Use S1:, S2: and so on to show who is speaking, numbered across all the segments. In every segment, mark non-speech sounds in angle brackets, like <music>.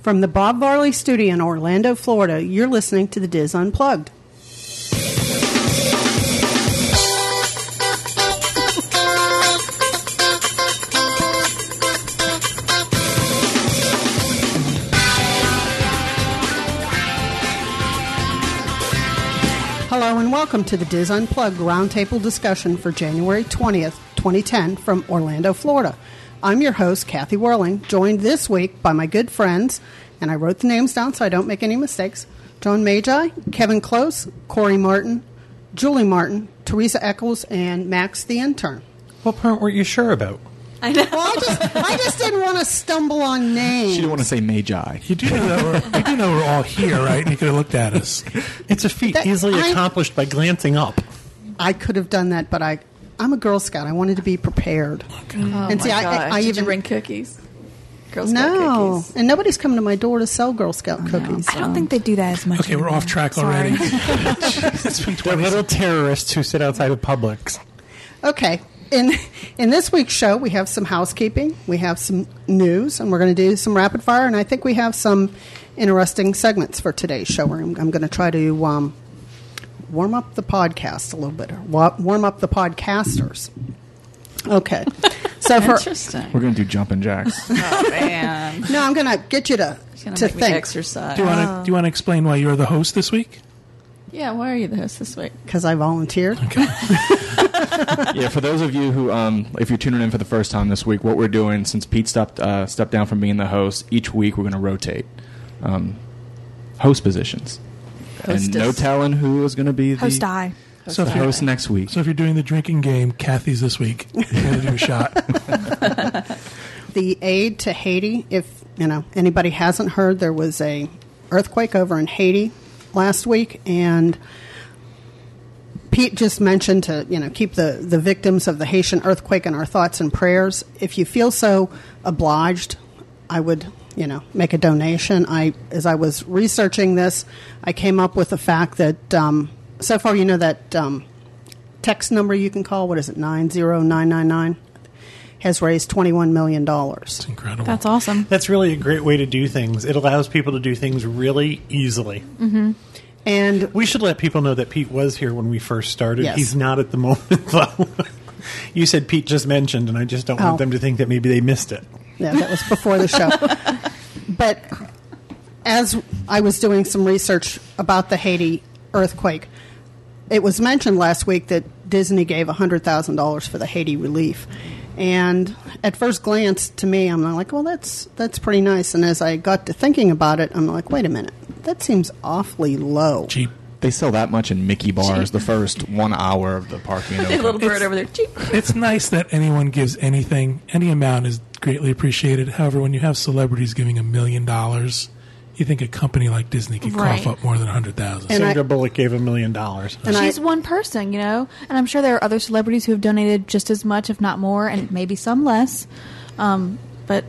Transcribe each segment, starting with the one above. S1: From the Bob Varley Studio in Orlando, Florida, you're listening to the Diz Unplugged. Hello and welcome to the Diz Unplugged roundtable discussion for January 20th, 2010, from Orlando, Florida. I'm your host, Kathy Whirling, joined this week by my good friends, and I wrote the names down so I don't make any mistakes John Magi, Kevin Close, Corey Martin, Julie Martin, Teresa Eccles, and Max the intern.
S2: What part weren't you sure about?
S3: I know.
S1: Well, I just, I just didn't want to stumble on names.
S4: She didn't want to say Magi.
S5: You do
S4: <laughs>
S5: know that we're, you do know we're all here, right? And you could have looked at us.
S2: It's a feat
S1: That-
S2: easily
S1: I-
S2: accomplished by glancing up.
S1: I could have done that, but I, I'm a Girl Scout. I wanted to be prepared.
S3: Oh
S1: And
S3: my
S1: see, I-
S3: God.
S1: I- I
S3: Did
S1: even-
S3: you bring cookies. Girl Scout
S1: No,
S3: cookies.
S1: and nobody's come to my door to sell Girl Scout cookies.
S6: I don't think they do that as much.
S5: Okay, we're
S6: anymore.
S5: off track
S6: Sorry.
S5: already. it's been
S2: They're
S5: 20
S2: little terrorists who sit outside of Publix.
S1: Okay. In in this week's show, we have some housekeeping, we have some news, and we're going to do some rapid fire. And I think we have some interesting segments for today's show. Where I'm, I'm going to try to um, warm up the podcast a little bit, or wa- warm up the podcasters.
S3: <laughs>
S1: Okay. So for
S4: We're
S3: Interesting.
S4: going to do jumping jacks.
S3: Oh, man.
S1: no, I'm going to get you to
S3: It's
S1: to
S3: going to make
S1: think.
S3: me exercise.
S5: do you want to
S1: Oh.
S5: do you want to explain why you're the host this week?
S3: yeah, why are you the host this week?
S1: because I volunteered.
S4: <laughs> yeah, for those of you who, um, if you're tuning in for the first time this week, what we're doing since Pete stepped uh, stepped down from being the host, each week we're going to rotate um, host positions, and no
S3: Hostess.
S4: telling who is going to be the
S6: <laughs> Host I.
S5: So
S4: the
S5: if, you're,
S4: host next week.
S5: so if you're doing the drinking game, Kathy's
S1: <laughs>
S5: this week. You're gonna do a shot.
S1: the aid to Haiti. If you know anybody hasn't heard, there was a earthquake over in Haiti last week, and Pete just mentioned to you know keep the the victims of the Haitian earthquake in our thoughts and prayers. If you feel so obliged, I would you know make a donation. I as I was researching this, I came up with the fact that um, so far you know that. Um, text number you can call what is it 90999 has raised 21 million dollars
S5: It's incredible.
S6: That's awesome.
S2: That's really a great way to do things. It allows people to do things really easily.
S1: Mm-hmm. and
S2: We should let people know that Pete was here when we first started.
S1: Yes.
S2: He's not at the moment, <laughs> though. you said Pete just mentioned, and I just don't
S1: Oh.
S2: want them to think that maybe they missed it.
S1: yeah, that was before the show but as i was doing some research about the haiti earthquake it was mentioned last week that disney gave $100000 for the haiti relief and at first glance to me i'm like well that's that's pretty nice and as i got to thinking about it i'm like wait a minute that seems awfully low
S5: cheap.
S4: They sell that much in Mickey bars the first one hour of the park
S3: <laughs>
S4: being
S3: Hey, little
S4: open.
S3: bird over there. Cheep.
S5: It's nice that anyone gives anything. Any amount is greatly appreciated. However, when you have celebrities giving a million dollars, you think a company like Disney could
S6: Right.
S5: cough up more than a hundred thousand.
S1: And I-
S2: Sandra Bullock gave a million dollars.
S1: And I-
S6: She's one person, you know, and I'm sure there are other celebrities who have donated just as much, if not more, and maybe some less. Um, but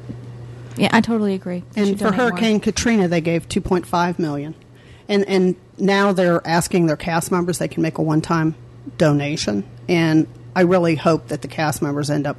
S6: yeah, I totally agree. They should
S1: and for
S6: donate more.
S1: Hurricane Katrina, they gave 2.5 million, and and now they're asking their cast members they can make a one-time donation, and I really hope that the cast members end up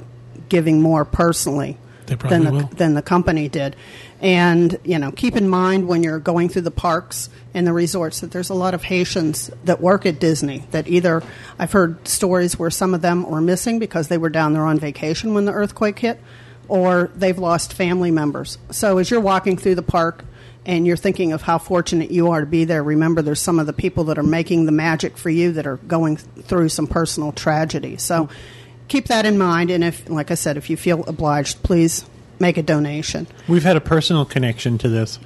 S1: giving more personally
S5: They probably
S1: than the,
S5: will.
S1: than the company did, and you know keep in mind when you're going through the parks and the resorts that there's a lot of Haitians that work at Disney that either I've heard stories where some of them were missing because they were down there on vacation when the earthquake hit or they've lost family members. So as you're walking through the park and you're thinking of how fortunate you are to be there, remember there's some of the people that are making the magic for you that are going th- through some personal tragedy. So keep that in mind. And if, like I said, if you feel obliged, please make a donation.
S2: We've had a personal connection to this.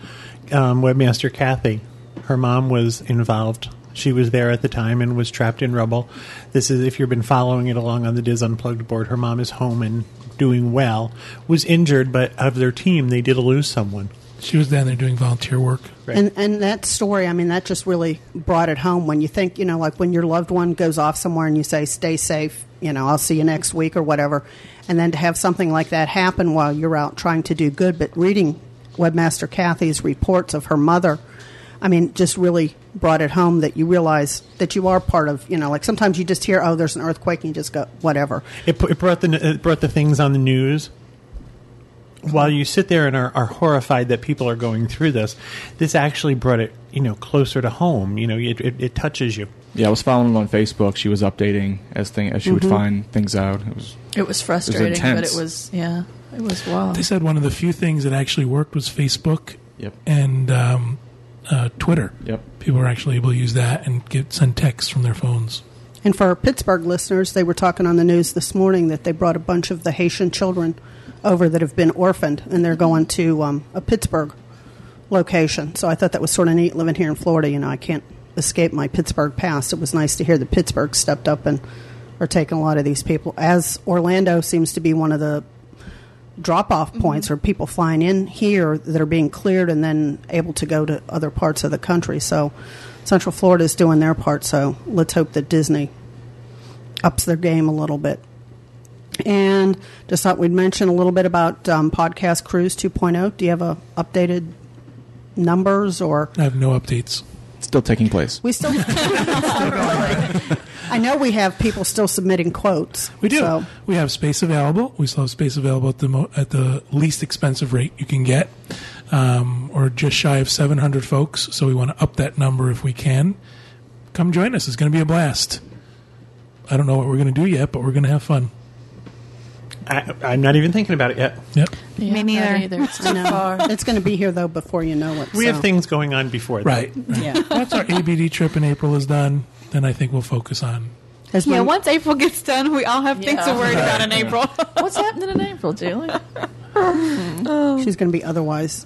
S2: Um, Webmaster Kathy, her mom was involved. She was there at the time and was trapped in rubble. This is if you've been following it along on the Diz Unplugged board. Her mom is home and doing well. Was injured, but of their team, they did lose someone.
S5: she was down there doing volunteer work.
S2: Right.
S1: And and that story, I mean, that just really brought it home when you think, you know, like when your loved one goes off somewhere and you say, "Stay safe," you know, I'll see you next week or whatever, and then to have something like that happen while you're out trying to do good. But reading Webmaster Kathy's reports of her mother, I mean, just really brought it home that you realize that you are part of, you know, like sometimes you just hear, "Oh, there's an earthquake," and you just go, "Whatever."
S2: It, pu- it brought the it brought the things on the news while you sit there and are, are horrified that people are going through this, this actually brought it, you know, closer to home. You know, it, it, it touches you.
S4: Yeah, I was following it on Facebook. She was updating as thing as she
S5: Mm-hmm.
S4: would find things out. It was
S3: It was frustrating, but
S4: intense.
S3: it was yeah, it was wild.
S5: They said one of the few things that actually worked was Facebook
S4: yep,
S5: and um, uh, Twitter.
S4: yep.
S5: People were actually able to use that and get send texts from their phones.
S1: And for our Pittsburgh listeners, they were talking on the news this morning that they brought a bunch of the Haitian children over that have been orphaned, and they're going to um, a Pittsburgh location. So I thought that was sort of neat living here in Florida. You know, I can't escape my Pittsburgh past. It was nice to hear that Pittsburgh stepped up and are taking a lot of these people, as Orlando seems to be one of the drop off points where people flying in here that are being cleared and then able to go to other parts of the country. So Central Florida is doing their part. So let's hope that Disney ups their game a little bit. And just thought we'd mention a little bit about um, Podcast Cruise 2.0. Do you have a updated numbers or
S5: I have no updates.
S4: Still taking place.
S1: we still? I know we have people still submitting quotes.
S5: We do.
S1: So
S5: We have space available. We still have space available at the mo- at the least expensive rate you can get, um, or just shy of 700 folks. So we want to up that number if we can. Come join us. It's going to be a blast. I don't know what we're going to do yet, but we're going to have fun.
S2: I, I'm not even thinking about it yet.
S5: Yep.
S3: Yeah,
S6: Me
S3: not
S6: neither.
S3: either. It's too
S1: no,
S3: far.
S1: it's going to be here though before you know it.
S2: We
S1: so.
S2: have things going on before that.
S5: Right.
S1: Yeah.
S5: <laughs> Once our ABD trip in April is done, then I think we'll focus on.
S1: Has
S6: Yeah,
S1: been-
S6: once April gets done, we all have things to
S3: Yeah.
S6: worry about in April.
S3: What's happening in April, Julie?
S1: she's going to be otherwise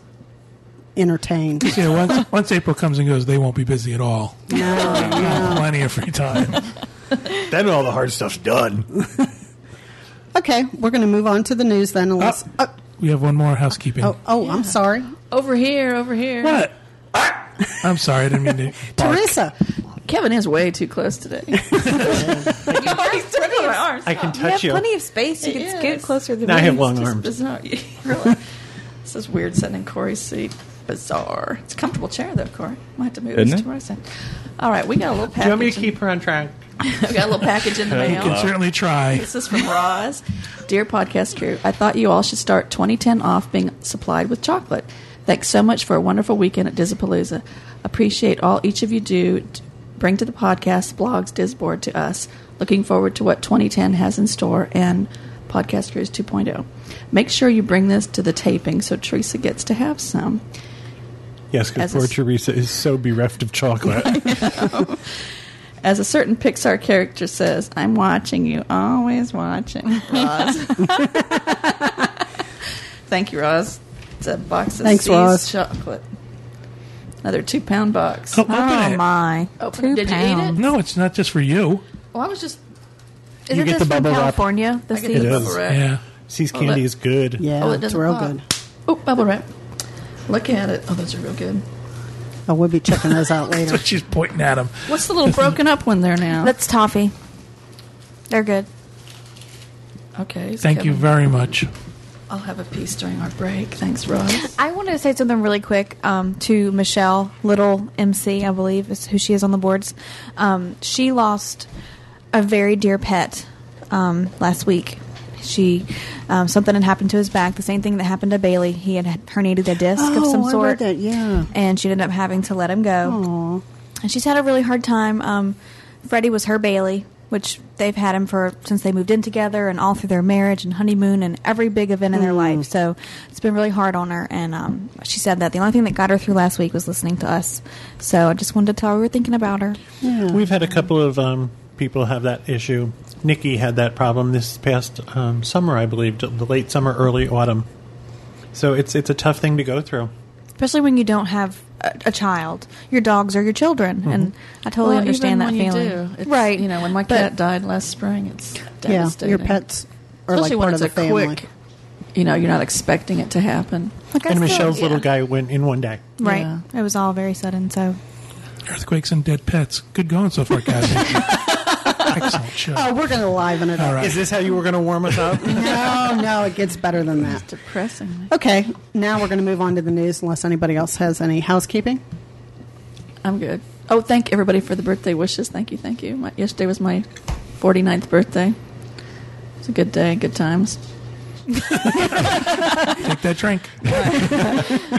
S1: entertained.
S5: Yeah, once once April comes and goes, they won't be busy at all.
S1: No,
S5: Plenty of free time.
S2: Then all the hard stuff's done.
S1: Okay, we're going to move on to the news then.
S5: Ah.
S1: Unless, oh,
S5: We have one more housekeeping.
S1: oh, oh, I'm sorry,
S3: Over here, over here.
S5: What? I'm sorry, I didn't mean to. bark.
S1: Teresa.
S3: Oh, Kevin is way too close today. <laughs>
S6: You have plenty of-
S2: I can
S6: you have
S2: touch you.
S6: plenty of space. You
S3: It
S6: can
S3: is.
S6: scoot closer to the
S2: Now I have
S6: wings.
S2: long
S3: It's just
S2: arms.
S3: bizarre. <laughs> Yeah, really. this is weird sitting in Corey's seat. Bizarre. It's a comfortable chair, though, Corey. Might have to move
S4: Isn't
S3: this
S4: it?
S3: tomorrow. soon. All right, we got a little
S2: Do
S3: package.
S2: you want me to
S3: in-
S2: keep her on track?
S3: <laughs> we got a little
S2: <laughs>
S3: package in the
S5: You
S3: mail.
S5: can certainly try.
S3: This is from Roz. Dear podcast crew, I thought you all should start 2010 off being supplied with chocolate. Thanks so much for a wonderful weekend at Dizapalooza. Appreciate all each of you do. t- Bring to the podcast, blogs, Disboard to us. Looking forward to what 2010 has in store and Podcast Cruise 2.0. oh. Make sure you bring this to the taping so Teresa gets to have some.
S2: Yes, because
S3: As a
S2: poor
S3: s-
S2: Teresa is so bereft of chocolate.
S3: As a certain Pixar character says, I'm watching you, always watching, Roz. Thank you, Roz. It's a box of
S1: Thanks,
S3: See's
S1: Roz.
S3: chocolate. Another two pound box.
S5: Oh, open it.
S6: my!
S3: Open
S6: Two
S3: it. Did you eat
S6: pounds.
S5: No, it's not just for you.
S3: Well, I was just.
S6: Isn't
S2: get
S6: this
S2: the
S6: from
S2: bubble wrap.
S6: California? The
S3: I get the
S6: seeds?
S2: is.
S3: bubble wrap.
S5: Yeah.
S2: See's
S3: Oh,
S2: candy
S3: that-
S2: is good.
S1: Yeah,
S3: Oh, it
S1: it's
S3: doesn't
S1: real
S3: pop.
S1: good.
S3: Oh, bubble wrap. Look at it. Oh, those are real good.
S1: I will be checking those out
S5: That's
S1: later.
S5: what she's pointing at him.
S3: What's the little broken up one there now?
S6: That's toffee. They're good.
S3: okay. so
S5: Thank you
S3: Kevin,
S5: very much.
S3: I'll have a piece during our break. Thanks, Roz.
S6: I wanted to say something really quick um, to Michelle Little MC, I believe is who she is on the boards. Um, she lost a very dear pet um, last week. She um, something had happened to his back. The same thing that happened to Bailey. He had herniated a disc of
S1: Oh, I
S6: some
S1: read
S6: sort.
S1: that, yeah.
S6: and she ended up having to let him go.
S1: Aw.
S6: And she's had a really hard time. Um, Freddie was her Bailey, which they've had him for since they moved in together and all through their marriage and honeymoon and every big event in their
S2: Mm.
S6: life. So it's been really hard on her. And um, she said that the only thing that got her through last week was listening to us. So I just wanted to tell her we were thinking about her.
S2: We've had a couple of um, people have that issue. Nikki had that problem this past um, summer, I believe, the late summer, early autumn. So it's it's a tough thing to go through.
S6: Especially when you don't have a, a child. Your dogs are your children.
S2: Mm-hmm.
S6: And I totally
S3: Well,
S6: understand
S3: even
S6: that
S3: when
S6: feeling.
S3: You do, it's,
S6: right.
S3: You know, when my
S6: But-
S3: cat died last spring, it's
S1: yeah,
S3: devastating.
S1: your pets are
S3: Especially
S1: like
S3: when
S1: part
S3: it's
S1: of the
S3: a
S1: family.
S3: quick. You know, you're not expecting it to happen.
S6: Like I
S2: and
S6: still-
S2: Michelle's little
S3: yeah.
S2: guy went in one day.
S6: Right.
S3: Yeah.
S6: It was all very sudden. So
S5: Earthquakes and dead pets. Good going so far, guys. Excellent show.
S1: Oh, we're going to liven it up.
S5: All right.
S2: Is this how you were going to warm us <laughs> up?
S1: No, no, it gets better than that.
S3: Depressingly.
S1: Okay, now we're going to move on to the news unless anybody else has any housekeeping.
S3: I'm good. Oh, thank everybody for the birthday wishes. Thank you, thank you. My, yesterday was my 49th birthday. It was a good day, good times.
S5: Take that drink.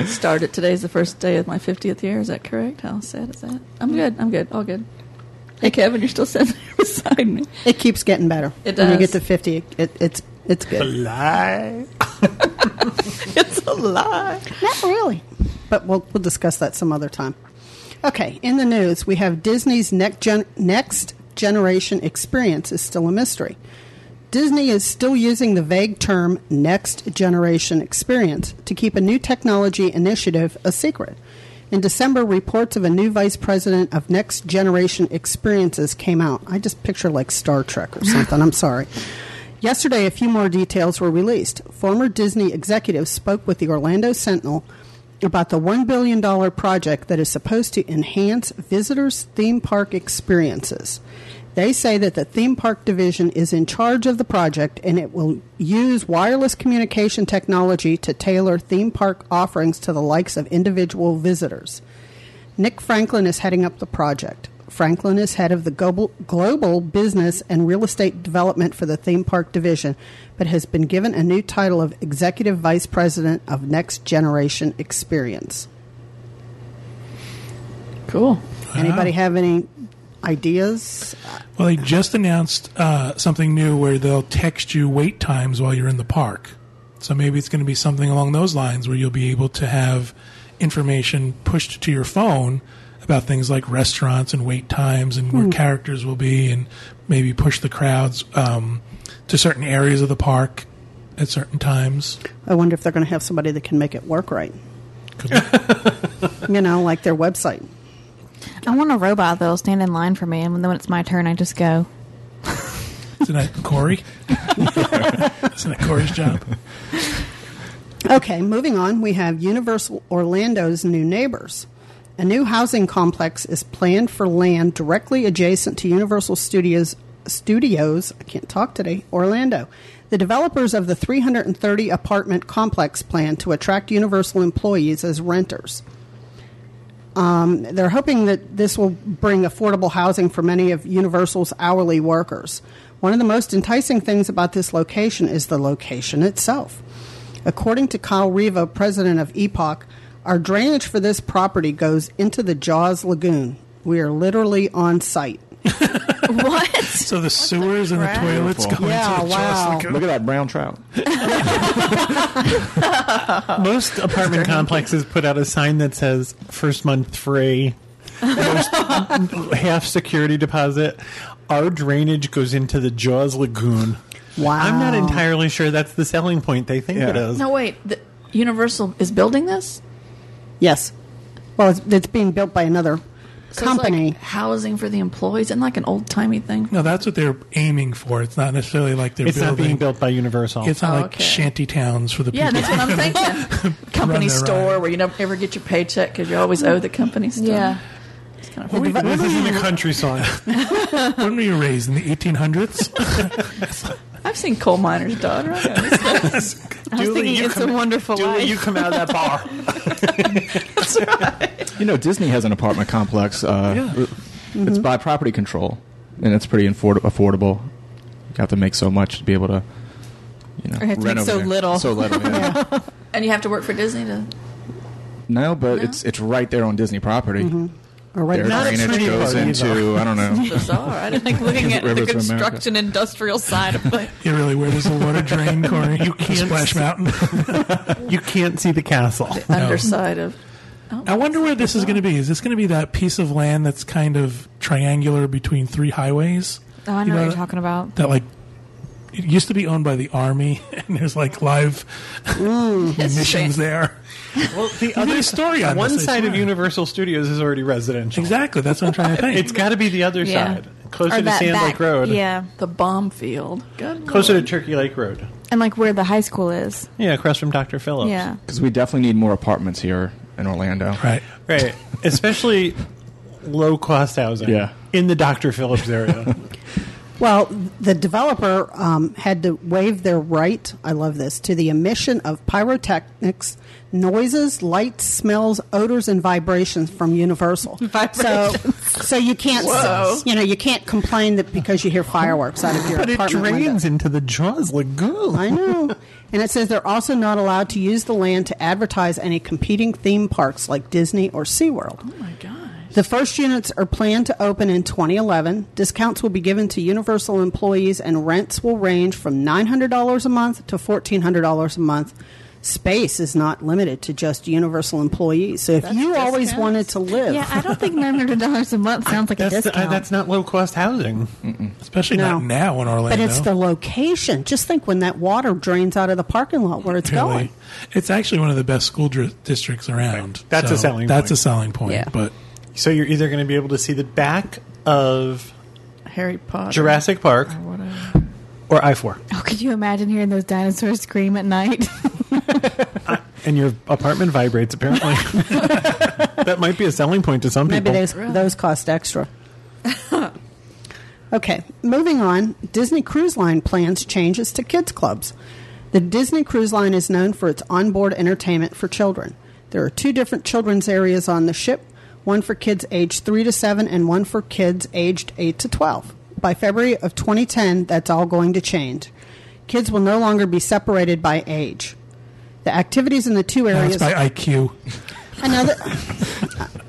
S3: Started today's the first day of my 50th year. Is that correct? How sad is that? I'm good. I'm good. All good. Hey, Kevin, you're still sitting there <laughs> beside me.
S1: It keeps getting better.
S3: It
S1: When you
S3: does.
S1: get to 50, it, it's it's good.
S2: Lie.
S3: It's a lie.
S1: Not really. But we'll, we'll discuss that some other time. Okay, in the news, we have Disney's next, gen- next generation experience is still a mystery. Disney is still using the vague term next generation experience to keep a new technology initiative a secret. In December, reports of a new vice president of next generation experiences came out. I just picture like Star Trek or something. I'm sorry. Yesterday, a few more details were released. Former Disney executives spoke with the Orlando Sentinel about the $1 billion project that is supposed to enhance visitors' theme park experiences. They say that the theme park division is in charge of the project and it will use wireless communication technology to tailor theme park offerings to the likes of individual visitors. Nick Franklin is heading up the project. Franklin is head of the global, global business and real estate development for the theme park division, but has been given a new title of executive vice president of next generation experience.
S3: Cool.
S1: Anybody have any ideas?
S5: Well, they just announced uh, something new where they'll text you wait times while you're in the park. So maybe it's going to be something along those lines where you'll be able to have information pushed to your phone about things like restaurants and wait times and where
S1: Hmm.
S5: characters will be and maybe push the crowds um, to certain areas of the park at certain times.
S1: I wonder if they're going to have somebody that can make it work right.
S5: Could be.
S1: <laughs> You know, like their website.
S6: I want a robot that'll stand in line for me, and then when it's my turn, I just go.
S5: Isn't that Corey? Isn't that Corey's job?
S1: Okay, moving on, we have Universal Orlando's new neighbors. A new housing complex is planned for land directly adjacent to Universal Studios Studios, I can't talk today, Orlando. The developers of the 330 apartment complex plan to attract Universal employees as renters. They're hoping that this will bring affordable housing for many of Universal's hourly workers. One of the most enticing things about this location is the location itself. According to Kyle Riva, president of Epoch, our drainage for this property goes into the Jaws Lagoon. We are literally on site.
S6: What?
S5: So the sewers and the
S6: crap?
S5: toilets
S4: Beautiful.
S5: going
S1: Yeah,
S5: to the
S1: wow.
S5: Jocelyn
S4: Look at that brown trout.
S2: Most apartment complexes put out a sign that says first month free, most <laughs> half security deposit. Our drainage goes into the Jaws Lagoon.
S1: Wow.
S2: I'm not entirely sure that's the selling point they think it
S4: Yeah.
S2: is.
S3: No, wait. The Universal is building this?
S1: Yes. Well, it's, it's being built by another
S3: So it's
S1: company.
S3: like housing for the employees and like an old timey thing.
S5: No, that's what they're aiming for. It's not necessarily like they're
S2: It's not
S5: building.
S2: being built by Universal.
S5: It's not
S3: Oh,
S5: like
S3: okay.
S5: shanty towns for the
S3: Yeah,
S5: people.
S3: that's what <laughs> I'm thinking. company
S5: Run their
S3: store
S5: ride.
S3: where you don't ever get your paycheck because you always owe the company store.
S6: <laughs> Yeah.
S3: It's kind of
S5: When we-
S2: this
S5: when
S6: <laughs>
S2: isn't a country song.
S5: we- when were you raised in the <laughs> 1800s?
S3: I've seen coal miner's daughter. I <laughs> know this guy.
S6: I was thinking it's a wonderful
S2: Julie,
S6: life.
S2: you come out of that bar.
S4: You know, Disney has an apartment complex. Uh, It's by property control, and it's pretty afford- affordable. You have to make so much to be able to, you know,
S6: Or have to
S4: rent
S6: make
S4: over
S6: so
S4: there.
S6: little.
S4: So little.
S6: <laughs>
S4: yeah.
S3: and you have to work for Disney to.
S4: No, but
S3: No?
S4: it's it's right there on Disney property.
S1: Or right
S4: Their
S1: now.
S2: Not a
S4: drainage
S2: pretty
S4: goes
S2: part either.
S4: into I don't <laughs>
S3: <laughs>
S4: know.
S3: Bizarre. I didn't think looking at the
S4: Rivers of
S3: construction industrial side of <laughs> it.
S5: yeah, really. Where does the water drain, Corey? <laughs> You
S2: can't
S5: Splash
S2: see- <laughs>
S5: Mountain.
S2: You can't see the castle.
S3: underside of.
S5: I wonder where this is going to be. Is this going to be that piece of land that's kind of triangular between three highways?
S6: Oh, I know
S5: You
S6: what you're
S5: that-
S6: talking about.
S5: That like it used to be owned by the army, <laughs> and there's like live
S6: Mm-hmm.
S5: <laughs>
S2: <laughs>
S5: missions there.
S2: Well, the
S5: did
S2: other
S5: a story on
S2: one
S5: this, I
S2: side of
S5: swear.
S2: Universal Studios is already residential.
S5: Exactly. That's what I'm trying to think.
S2: It's got to be the other
S6: Yeah.
S2: side, closer
S6: Or
S2: to
S6: that
S2: Sand
S6: back-
S2: Lake Road.
S6: Yeah.
S3: The bomb field. Good
S2: Closer to
S3: Lord.
S2: Turkey Lake Road.
S6: And like where the high school is.
S2: Yeah, across from Dr. Phillips.
S6: Yeah.
S4: Because we definitely need more apartments here in Orlando.
S5: right.
S1: <laughs>
S2: Right. Especially low cost housing.
S4: Yeah.
S2: In the Dr. Phillips area.
S1: Well, the developer um, had to waive their right, I love this, to the emission of pyrotechnics, noises, lights, smells, odors, and vibrations from
S2: <laughs>
S1: Universal. So, so you can't,
S3: Whoa.
S1: you know, you can't complain that because you hear fireworks out of your
S2: <laughs> But it
S1: apartment window.
S2: drains into the Jaws Lagoon.
S1: I know. And it says they're also not allowed to use the land to advertise any competing theme parks like Disney or SeaWorld.
S3: Oh my gosh.
S1: The first units are planned to open in 2011. Discounts will be given to Universal employees, and rents will range from $900 a month to $1,400 a month. Space is not limited to just Universal employees. So if you always
S3: discounts.
S1: wanted to live,
S6: Yeah, I don't think nine hundred dollars a month sounds like a
S2: That's,
S6: discount.
S2: uh, that's not low cost housing.
S5: Especially
S1: No.
S5: not now in Orlando.
S1: but it's the location. Just think when that water drains out of the parking lot where it's
S5: Really.
S1: going.
S5: It's actually one of the best school dri- districts around.
S2: Right. That's a selling
S5: That's
S2: point.
S5: a selling point.
S1: Yeah.
S5: But
S2: So you're either going to be able to see the back of
S3: Harry Potter.
S2: Jurassic Park
S3: Or whatever.
S2: or I four,
S6: oh, could you imagine hearing those dinosaurs scream at night? <laughs>
S2: and your apartment
S1: <laughs>
S2: vibrates. Apparently, <laughs> that might be a selling point to some
S1: Maybe
S2: people.
S1: those, those cost extra. <laughs> okay, moving on. Disney Cruise Line plans changes to kids' clubs. The Disney Cruise Line is known for its onboard entertainment for children. There are two different children's areas on the ship one for kids aged 3 to 7 and one for kids aged 8 to 12. By February of 2010, that's all going to change. Kids will no longer be separated by age. The activities in the two
S5: that's
S1: areas.
S5: by IQ.
S1: Another,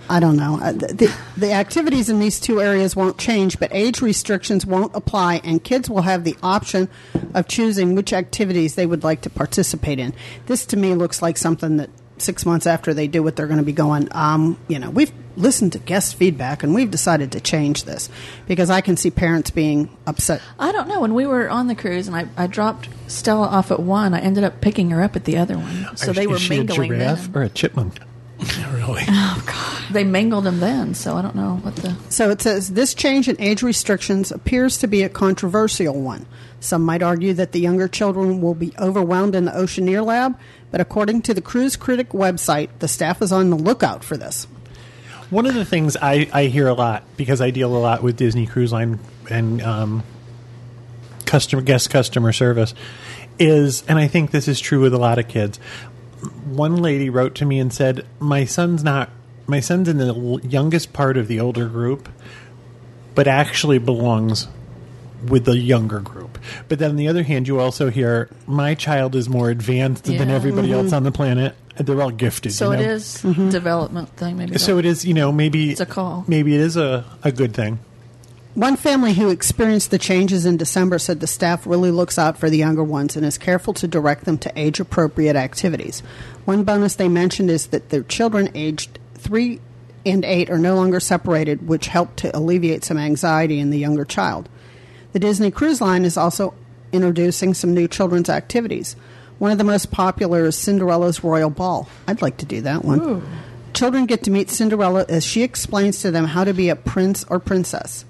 S1: <laughs> I don't know. Uh, The, the, the activities in these two areas won't change, but age restrictions won't apply, and kids will have the option of choosing which activities they would like to participate in. This to me looks like something that six months after they do it, they're going to be going, um, you know, we've listened to guest feedback and we've decided to change this because I can see parents being upset.
S3: I don't know. When we were on the cruise and I, I dropped Stella off at one, I ended up picking her up at the other one. So
S2: Is-
S3: they were
S2: is she a
S3: mingling
S2: giraffe
S3: then.
S2: or a chipmunk.
S5: Yeah, really.
S3: They mingled them then, so I don't know what the.
S1: So it says this change in age restrictions appears to be a controversial one. Some might argue that the younger children will be overwhelmed in the Oceaneer Lab, but according to the Cruise Critic website, the staff is on the lookout for this.
S2: One of the things I, I hear a lot because I deal a lot with Disney Cruise Line and um, customer guest customer service is, and I think this is true with a lot of kids. One lady wrote to me and said, "My son's not. My son's in the l- youngest part of the older group, but actually belongs." With the younger group, but then on the other hand, you also hear my child is more advanced than
S3: Yeah. Mm-hmm.
S2: everybody else on the planet. They're all gifted.
S3: So
S2: you
S3: it
S2: know?
S3: is
S1: Mm-hmm.
S3: development thing, maybe.
S2: So it is, you know, maybe
S3: It's a call.
S2: Maybe it is a, a good thing.
S1: One family who experienced the changes in December said the staff really looks out for the younger ones and is careful to direct them to age appropriate activities. One bonus they mentioned is that their children aged 3 and 8 are no longer separated, which helped to alleviate some anxiety in the younger child. The Disney Cruise Line is also introducing some new children's activities. One of the most popular is Cinderella's Royal Ball. I'd like to do that one. Children get to meet Cinderella as she explains to them how to be a prince or princess.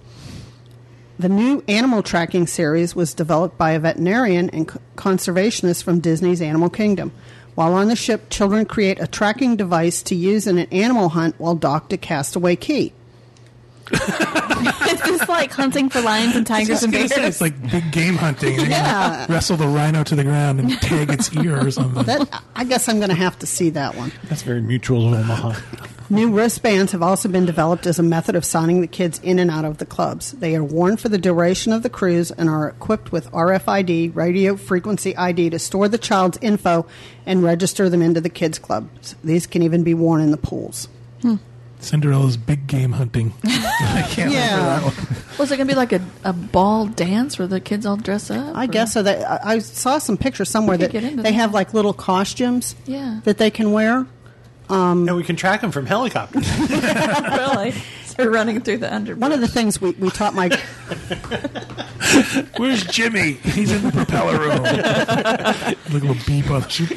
S1: The new animal tracking series was developed by a veterinarian and c- conservationist from Disney's Animal Kingdom. While on the ship, children create a tracking device to use in an animal hunt while docked at Castaway Key.
S6: it's just like hunting for lions and tigers and
S5: I
S6: bears.
S5: was gonna say, it's like big game hunting. They're gonna Wrestle the rhino to the ground and tag its ear or
S1: <laughs>
S5: something.
S1: That, I- I guess I'm going to have to see that one.
S2: That's very mutual of Omaha.
S1: New wristbands have also been developed as a method of signing the kids in and out of the clubs. They are worn for the duration of the cruise and are equipped with RFID, radio frequency ID, to store the child's info and register them into the kids' clubs. These can even be worn in the pools.
S5: Cinderella's big game
S1: <laughs>
S5: hunting. I can't remember that one.
S3: Was it going to be like a, a ball dance where the kids all dress up?
S1: I
S3: or-
S1: guess so. That I I saw some pictures somewhere
S3: Oh, We
S1: that
S3: could get
S1: they
S3: into that.
S1: have like little costumes
S3: Yeah.
S1: that they can wear.
S2: and we can track them
S1: <laughs>
S2: from helicopters.
S3: <laughs> really. They're running through the underbridge.
S1: One of the things we, we taught
S4: <laughs>
S1: my
S5: Where's Jimmy? He's in the propeller room. <laughs> like a little beep on the <laughs> shoot.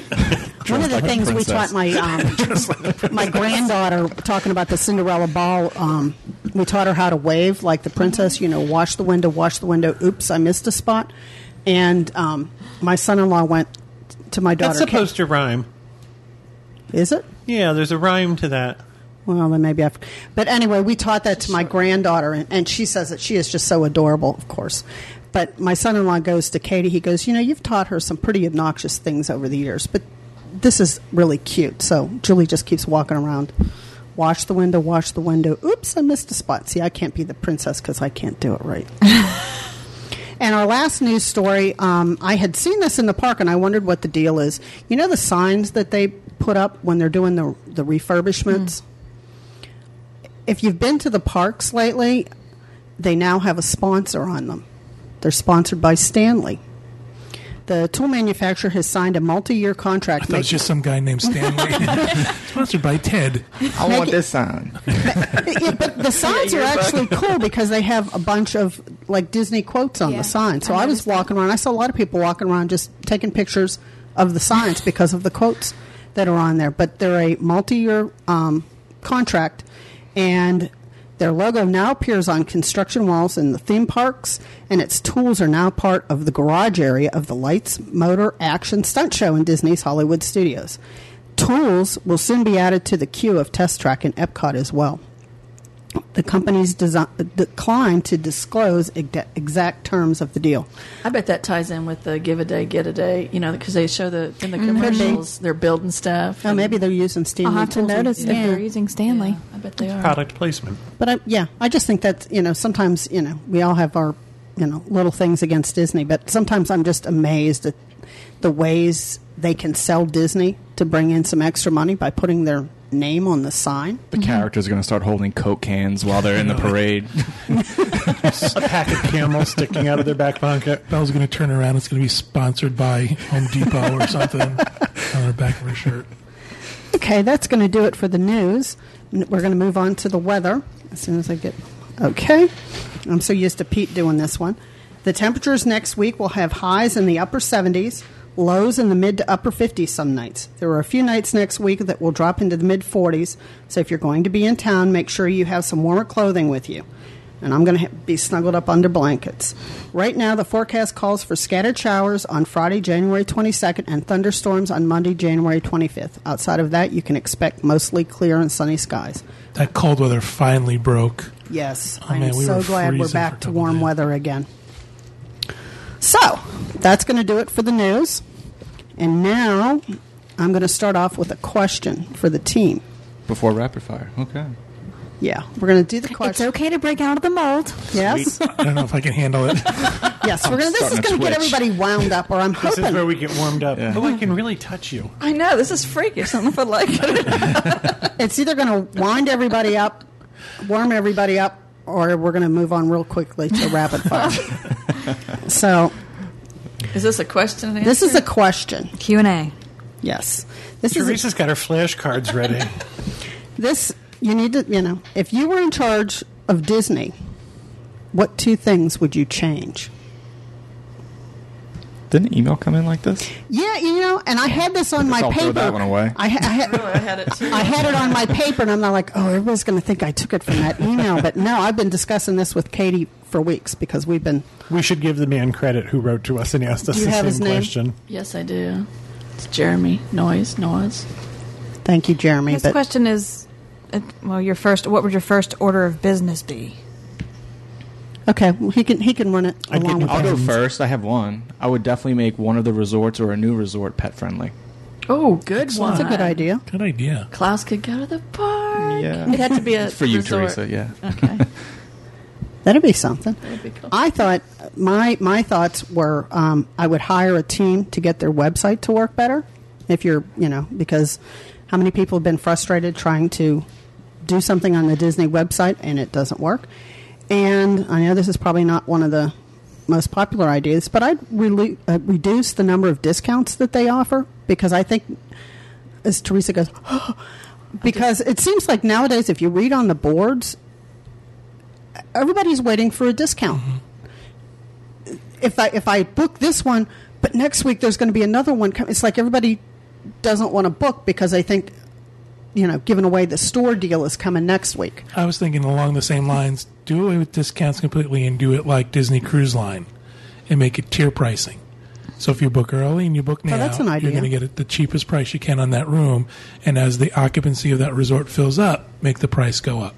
S1: one of the
S4: like a
S1: things we
S4: princess.
S1: taught my
S4: <laughs>
S1: um, my granddaughter talking about the Cinderella ball. Um, we taught her how to wave like the princess. You know, wash the window, wash the window. Oops, I missed a spot. And um, my son-in-law went to my daughter.
S2: That's supposed to rhyme.
S1: Is it?
S2: Yeah, there's a rhyme to that.
S1: Well, then maybe I've. But anyway, we taught that to my granddaughter, and, and she says that she is just so adorable, of course. But my son in law goes to Katie, he goes, You know, you've taught her some pretty obnoxious things over the years, but this is really cute. So Julie just keeps walking around. Wash the window, wash the window. Oops, I missed a spot. See, I can't be the princess because I can't do it right. And our last news story, um, I had seen this in the park, and I wondered what the deal is. You know the signs that they put up when they're doing the the refurbishments. If you've been to the parks lately, they now have a sponsor on them. They're sponsored by Stanley. The tool manufacturer has signed a multi-year contract.
S5: I thought it was
S1: making-
S5: just some guy
S1: <laughs>
S5: named Stanley. Sponsored by Ted.
S4: I
S1: Make it-
S4: want this sign.
S1: yeah, but the signs are actually cool because they have a bunch of like Disney quotes on
S6: Yeah,
S1: the sign. So
S6: I
S1: I, was
S6: noticed that.
S1: walking around. I saw a lot of people walking around just taking pictures of the signs because of the quotes that are on there. But they're a multi-year um, contract, and their logo now appears on construction walls in the theme parks, and its tools are now part of the garage area of the Lights, Motor, Action Stunt Show in Disney's Hollywood Studios. Tools will soon be added to the queue of Test Track in Epcot as well. The company's desi- declined to disclose ex- exact terms of the deal.
S3: I bet that ties in with the give a day, get a day. You know, because they show the in the commercials they're building stuff.
S1: Mm-hmm. Oh,
S3: and-
S1: maybe they're using Steam.
S6: I'll have to
S1: tools and-
S6: notice if they're using Stanley.
S3: Yeah, I bet they are.
S2: Product placement.
S1: But I, yeah, I just think that you know sometimes you know we all have our you know little things against Disney, but sometimes I'm just amazed at the ways they can sell Disney to bring in some extra money by putting their name on the sign.
S4: The characters are going to start holding Coke cans while they're in <laughs> the parade.
S2: a pack of camels sticking out of their back pocket.
S5: <laughs> Belle's going to turn around. It's going to be sponsored by Home Depot or
S2: <laughs>
S5: something on the back of her shirt.
S1: Okay, that's going to do it for the news. N- We're going to move on to the weather as soon as I get. Okay, I'm so used to Pete doing this one. The temperatures next week will have highs in the upper 70s, lows in the mid to upper 50s some nights. There are a few nights next week that will drop into the mid 40s, so if you're going to be in town, make sure you have some warmer clothing with you and I'm going to be snuggled up under blankets. Right now, the forecast calls for scattered showers on Friday, January 22nd, and thunderstorms on Monday, January 25th. Outside of that, you can expect mostly clear and sunny skies.
S5: That cold weather finally broke.
S1: Yes,
S5: Oh,
S1: I'm
S5: man, we
S1: so
S5: were
S1: glad we're
S5: freezing for a
S1: back to
S5: couple
S1: warm
S5: days.
S1: weather again. So, that's going to do it for the news. And now, I'm going to start off with a question for the team.
S4: Before rapid fire. Okay.
S1: Yeah, we're going to do the
S6: It's
S1: question.
S6: okay to break out of the mold.
S1: Yes,
S5: I don't know if I can handle it.
S1: yes. We're gonna, this is
S4: starting to
S1: going to get
S4: twitch.
S1: everybody wound up, or I'm
S2: This
S1: hoping
S2: is where we get warmed up.
S4: Yeah.
S2: Oh, I can really touch you.
S3: I know this is freakish. <laughs> I don't know if I like it.
S1: it's either going to wind everybody up, warm everybody up, or we're going to move on real quickly to rapid
S4: <laughs>
S1: fire. so
S3: is this a question? And
S1: this is a question.
S6: Q and A.
S1: Yes, this is
S2: <laughs> Teresa's got her flashcards ready.
S1: a, this. You need to, you know, if you were in charge of Disney, what two things would you change?
S4: Didn't an email come in like this?
S1: Yeah, you know, and I had this on my
S4: I'll
S1: paper.
S4: throw that one away.
S1: I, ha- I had,
S3: Oh, I had it too.
S1: I had it on my paper, and I'm not like, oh, everybody's going to think I took it from that email. But no, I've been discussing this with Katie for weeks because we've been
S2: we should give the man credit who wrote to us and asked us
S1: Do you
S2: the
S1: have
S2: same
S1: his name?
S2: question.
S3: Yes, I do. It's Jeremy Noise Noise.
S1: Thank you, Jeremy.
S6: This
S1: but
S6: question is, uh, well, your first. What would your first order of business be?
S1: okay, well, he can he can run it
S2: I'd get
S1: along with
S4: I'll go
S2: Depends.
S4: first. I have one. I would definitely make one of the resorts or a new resort pet friendly.
S3: Oh, good one.
S1: That's a good idea.
S5: Good idea.
S3: Klaus could go to the park.
S4: Yeah.
S3: It had to be a
S4: For you,
S3: resort.
S4: Teresa, yeah.
S6: <laughs>
S3: Okay.
S1: That'd be something.
S3: That'd be cool.
S1: I thought my my thoughts were um, I would hire a team to get their website to work better. If you're you know because how many people have been frustrated trying to do something on the Disney website and it doesn't work. And I know this is probably not one of the most popular ideas, but I'd relu- uh, reduce the number of discounts that they offer because I think as Teresa goes. <gasps> Because it seems like nowadays, if you read on the boards, everybody's waiting for a discount. If I if I book this one, but next week there's going to be another one. com- It's like everybody doesn't want to book because they think, you know, giving away the store deal is coming next week.
S5: I was thinking along the same lines. Do away with discounts completely and do it like Disney Cruise Line, and make it tier pricing. So if you book early and you book now,
S1: Oh, that's an idea.
S5: you're going to get it the cheapest price you can on that room. And as the occupancy of that resort fills up, make the price go up.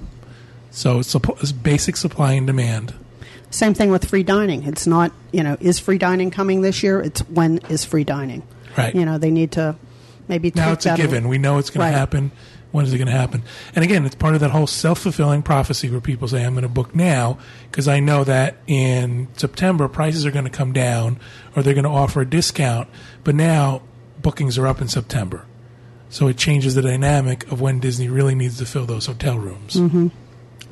S5: So it's, supp- it's basic supply and demand.
S1: Same thing with free dining. It's not, you know, is free dining coming this year? It's when is free dining?
S5: Right.
S1: You know, they need to maybe
S5: Now
S1: take
S5: it's a
S1: that
S5: given. We know it's going
S1: Right.
S5: to happen. When is it going to happen? And again, it's part of that whole self fulfilling prophecy where people say, I'm going to book now because I know that in September prices are going to come down or they're going to offer a discount. But now bookings are up in September. So it changes the dynamic of when Disney really needs to fill those hotel rooms.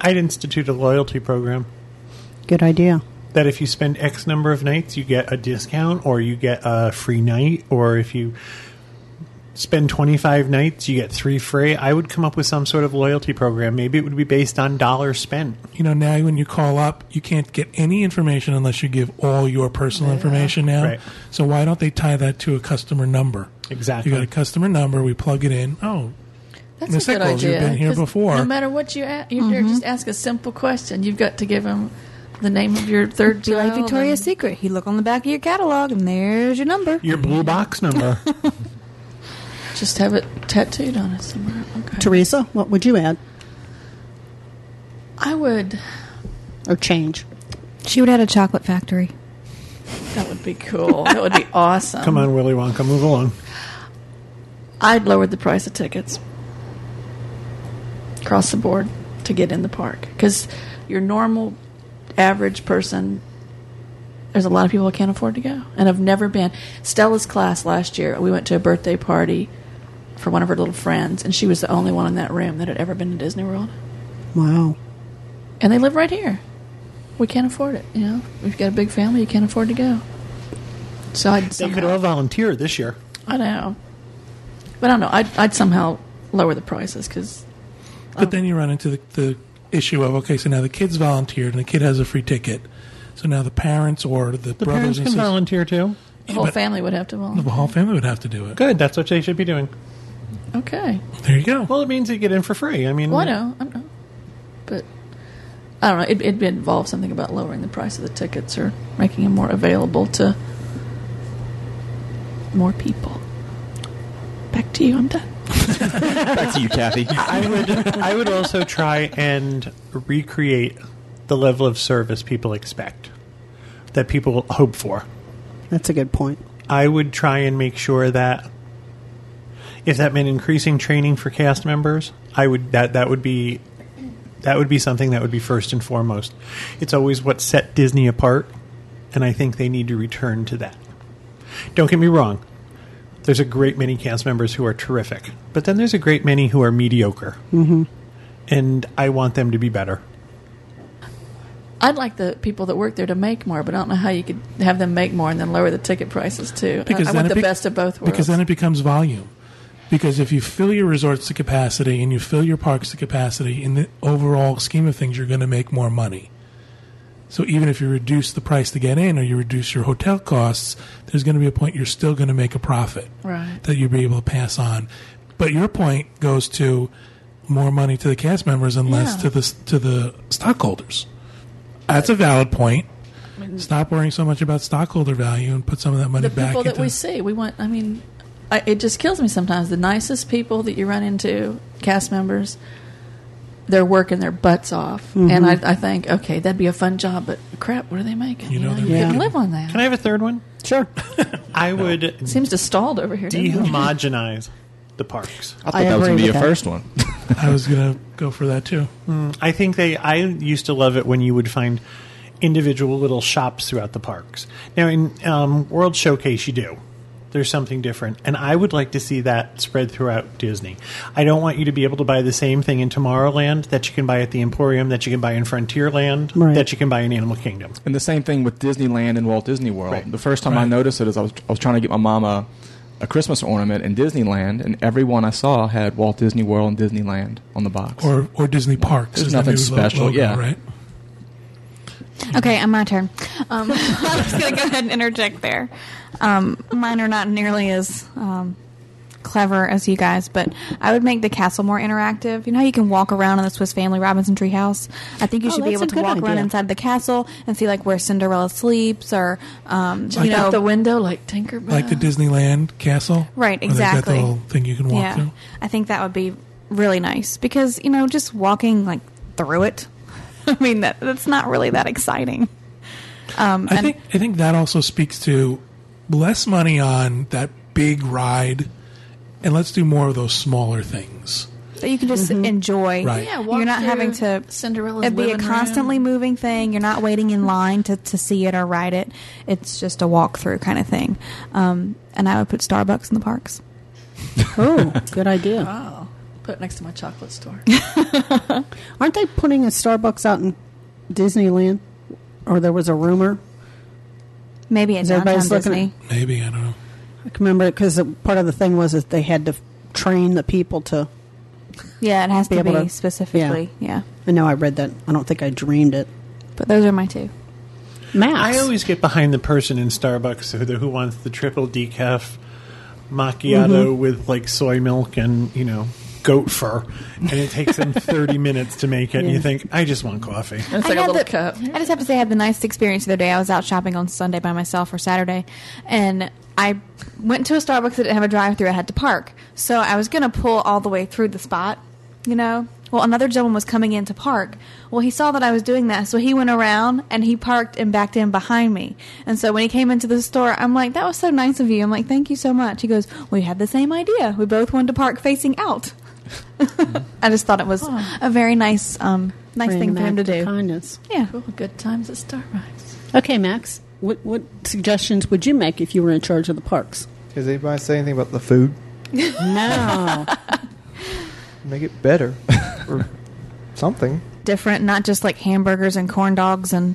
S2: I'd institute a loyalty program
S1: Good idea.
S2: that if you spend X number of nights, you get a discount or you get a free night, or if you spend 25 nights, you get three free. I would come up with some sort of loyalty program. Maybe it would be based on dollars spent.
S5: You know, now when you call up, you can't get any information unless you give all your personal information now.
S2: Right.
S5: So why don't they tie that to a customer number?
S2: Exactly.
S5: You got a customer number, we plug it in. Oh,
S3: That's
S5: Miss
S3: a good
S5: Nichols,
S3: idea.
S5: you've been here
S3: 'cause
S5: before.
S3: No matter what you ask, you are
S6: Mm-hmm.
S3: just ask a simple question. You've got to give them the name of your third
S6: Be like
S3: child
S6: Victoria's
S3: and-
S6: Secret. You look on the back of your catalog, and there's your number.
S2: Your blue box number.
S3: Just have it tattooed on it somewhere. Okay.
S1: Teresa, what would you add
S3: I would.
S1: or change?
S6: She would have a chocolate factory.
S3: That would be cool. that would be <laughs> awesome.
S2: Come on, Willy Wonka, move along.
S3: I'd lower the price of tickets across the board to get in the park because your normal average person there's a lot of people who can't afford to go and have never been stella's class last year we went to a birthday party for one of her little friends and she was the only one in that room that had ever been to disney world
S1: Wow.
S3: and they live right here we can't afford it you know we've got a big family you can't afford to go so i'd
S2: They could
S3: somehow-
S2: all volunteer this year.
S3: I know. But I don't know. I'd, I'd somehow lower the prices because
S2: Oh.
S5: But then you run into the, the issue of okay, so now the kid's volunteered and the kid has a free ticket. So now the parents or the,
S2: The
S5: brothers
S2: parents
S5: and
S2: can
S5: sisters,
S2: volunteer too.
S3: the whole
S5: but-
S3: family would have to
S5: the
S3: volunteer.
S5: whole family would have to do it.
S2: Good, that's what they should be doing.
S3: Okay.
S5: There you go.
S2: Well, it means you get in for free. I mean,
S3: Well, I know. I know. But I don't know. It, it'd involve something about lowering the price of the tickets or making them more available to more people. Back to you. I'm done.
S4: Back to you, <laughs> Kathy.
S2: I would I would also try and recreate the level of service people expect that people hope for.
S1: That's a good point.
S2: I would try and make sure that if that meant increasing training for cast members, I would that that would be that would be something that would be first and foremost. It's always what set Disney apart, and I think they need to return to that. Don't get me wrong. There's a great many cast members who are terrific, but then there's a great many who are mediocre. Mm-hmm. And I want them to be better.
S3: I'd like the people that work there to make more, but I don't know how you could have them make more and then lower the ticket prices too. I- I, want
S5: it
S3: the
S5: bec-
S3: best of both worlds.
S5: Because then it becomes volume. Because if you fill your resorts to capacity and you fill your parks to capacity, in the overall scheme of things, you're going to make more money. So even if you reduce the price to get in or you reduce your hotel costs, there's going to be a point you're still going to make a profit
S3: Right.
S5: that you'll be able to pass on. But your point goes to more money to the cast members and less
S3: Yeah.
S5: to the to the stockholders. That's a valid point. Stop worrying so much about stockholder value and put some of that money
S3: the
S5: back
S3: people that
S5: into
S3: we see. We want. I mean, I, it just kills me sometimes. The nicest people that you run into, cast members, they're working their butts off, and I, I think, okay, that'd be a fun job, but crap, what are they making?
S5: You
S3: Mm-hmm. You,
S5: know
S3: know,
S5: they're
S3: you
S1: making-
S3: can live on that.
S2: Can I have a third one?
S1: <laughs> Sure.
S2: I would
S3: Seems to stalled over here. doesn't it?
S2: dehomogenize the parks.
S4: I thought
S1: I
S4: that
S1: agree
S4: was going to be
S1: with
S4: your
S1: that.
S4: first one.
S5: I was gonna go for that too.
S2: I think they. I used to love it when you would find individual little shops throughout the parks. Now in um, World Showcase, you do. There's something different, and I would like to see that spread throughout Disney. I don't want you to be able to buy the same thing in Tomorrowland that you can buy at the Emporium, that you can buy in Frontierland,
S1: Right.
S2: that you can buy in Animal Kingdom.
S4: <laughs> And the same thing with Disneyland and Walt Disney World. The first time I noticed it is I was, I was trying to get my mom a, a Christmas ornament in Disneyland, and every one I saw had Walt Disney World and Disneyland on the box.
S5: Or or Disney parks.
S4: There's
S5: is the
S4: nothing
S5: new lo-
S4: special,
S5: logo,
S4: yeah.
S5: Right.
S6: Okay, uh, my turn. Um, <laughs> I'm just going to go ahead and interject there. Um, mine are not nearly as um, clever as you guys, but I would make the castle more interactive. You know how you can walk around in the Swiss Family Robinson tree house? I think you
S7: Oh,
S6: should be
S7: that's
S6: able
S7: a
S6: to
S7: good
S6: walk around
S7: idea.
S6: inside the castle and see like where Cinderella sleeps or um, you
S3: Like
S6: know
S3: out the window, like Tinkerbell.
S5: like the Disneyland castle,
S6: Right,
S5: where they've got
S6: exactly.
S5: the little thing you can walk
S6: yeah,
S5: through.
S6: I think that would be really nice because you know just walking like through it. <laughs> I mean that that's not really that exciting. Um,
S5: I
S6: and-
S5: think I think that also speaks to less money on that big ride, and let's do more of those smaller things.
S6: that you can just enjoy.
S5: Right. Yeah,
S3: walk
S6: You're not
S3: through
S6: having to
S3: Cinderella's
S6: It'd be a
S3: living
S6: constantly
S3: room.
S6: moving thing. You're not waiting in line to, to see it or ride it. It's just a walk through kind of thing. Um, and I would put Starbucks in the parks.
S7: Oh, good idea.
S4: <laughs>
S3: Oh, put it next to my chocolate
S6: <laughs>
S3: store.
S1: Aren't they putting a Starbucks out in Disneyland? Or there was a rumor.
S6: Maybe at
S1: Is
S6: downtown
S1: everybody's looking
S6: Disney.
S5: Maybe I don't know.
S1: I can remember it because part of the thing was that they had to f- train the people to.
S6: yeah, it has
S1: Be
S6: to be
S1: able to-
S6: specifically. Yeah.
S1: I know I read that. I don't think I dreamed it.
S6: But those are my two.
S7: Max.
S2: I always get behind the person in Starbucks who, who wants the triple decaf macchiato with like soy milk and you know goat fur, and it takes <laughs> them thirty minutes to make it. And you think, I just want coffee.
S3: <laughs> It's like
S6: I
S3: a
S6: had
S3: little
S6: the-
S3: cup.
S6: I just have to say, I had the nicest experience the other day. I was out shopping on Sunday by myself or Saturday, and I went to a Starbucks that didn't have a drive-through. I had to park, so I was going to pull all the way through the spot, you know. Well, another gentleman was coming in to park. Well, he saw that I was doing that, so he went around and he parked and backed in behind me. And so when he came into the store, I'm like, "That was so nice of you." I'm like, "Thank you so much." He goes, "We had the same idea. We both wanted to park facing out." <laughs> I just thought it was a very nice, um, nice thing for him to do.
S7: Kindness.
S6: Yeah.
S3: Cool, good times at Starbucks.
S7: Okay, Max. What what suggestions would you make if you were in charge of the parks?
S8: Does anybody say anything about the food?
S7: No.
S8: Make it better or something.
S6: different, not just like hamburgers and corn dogs and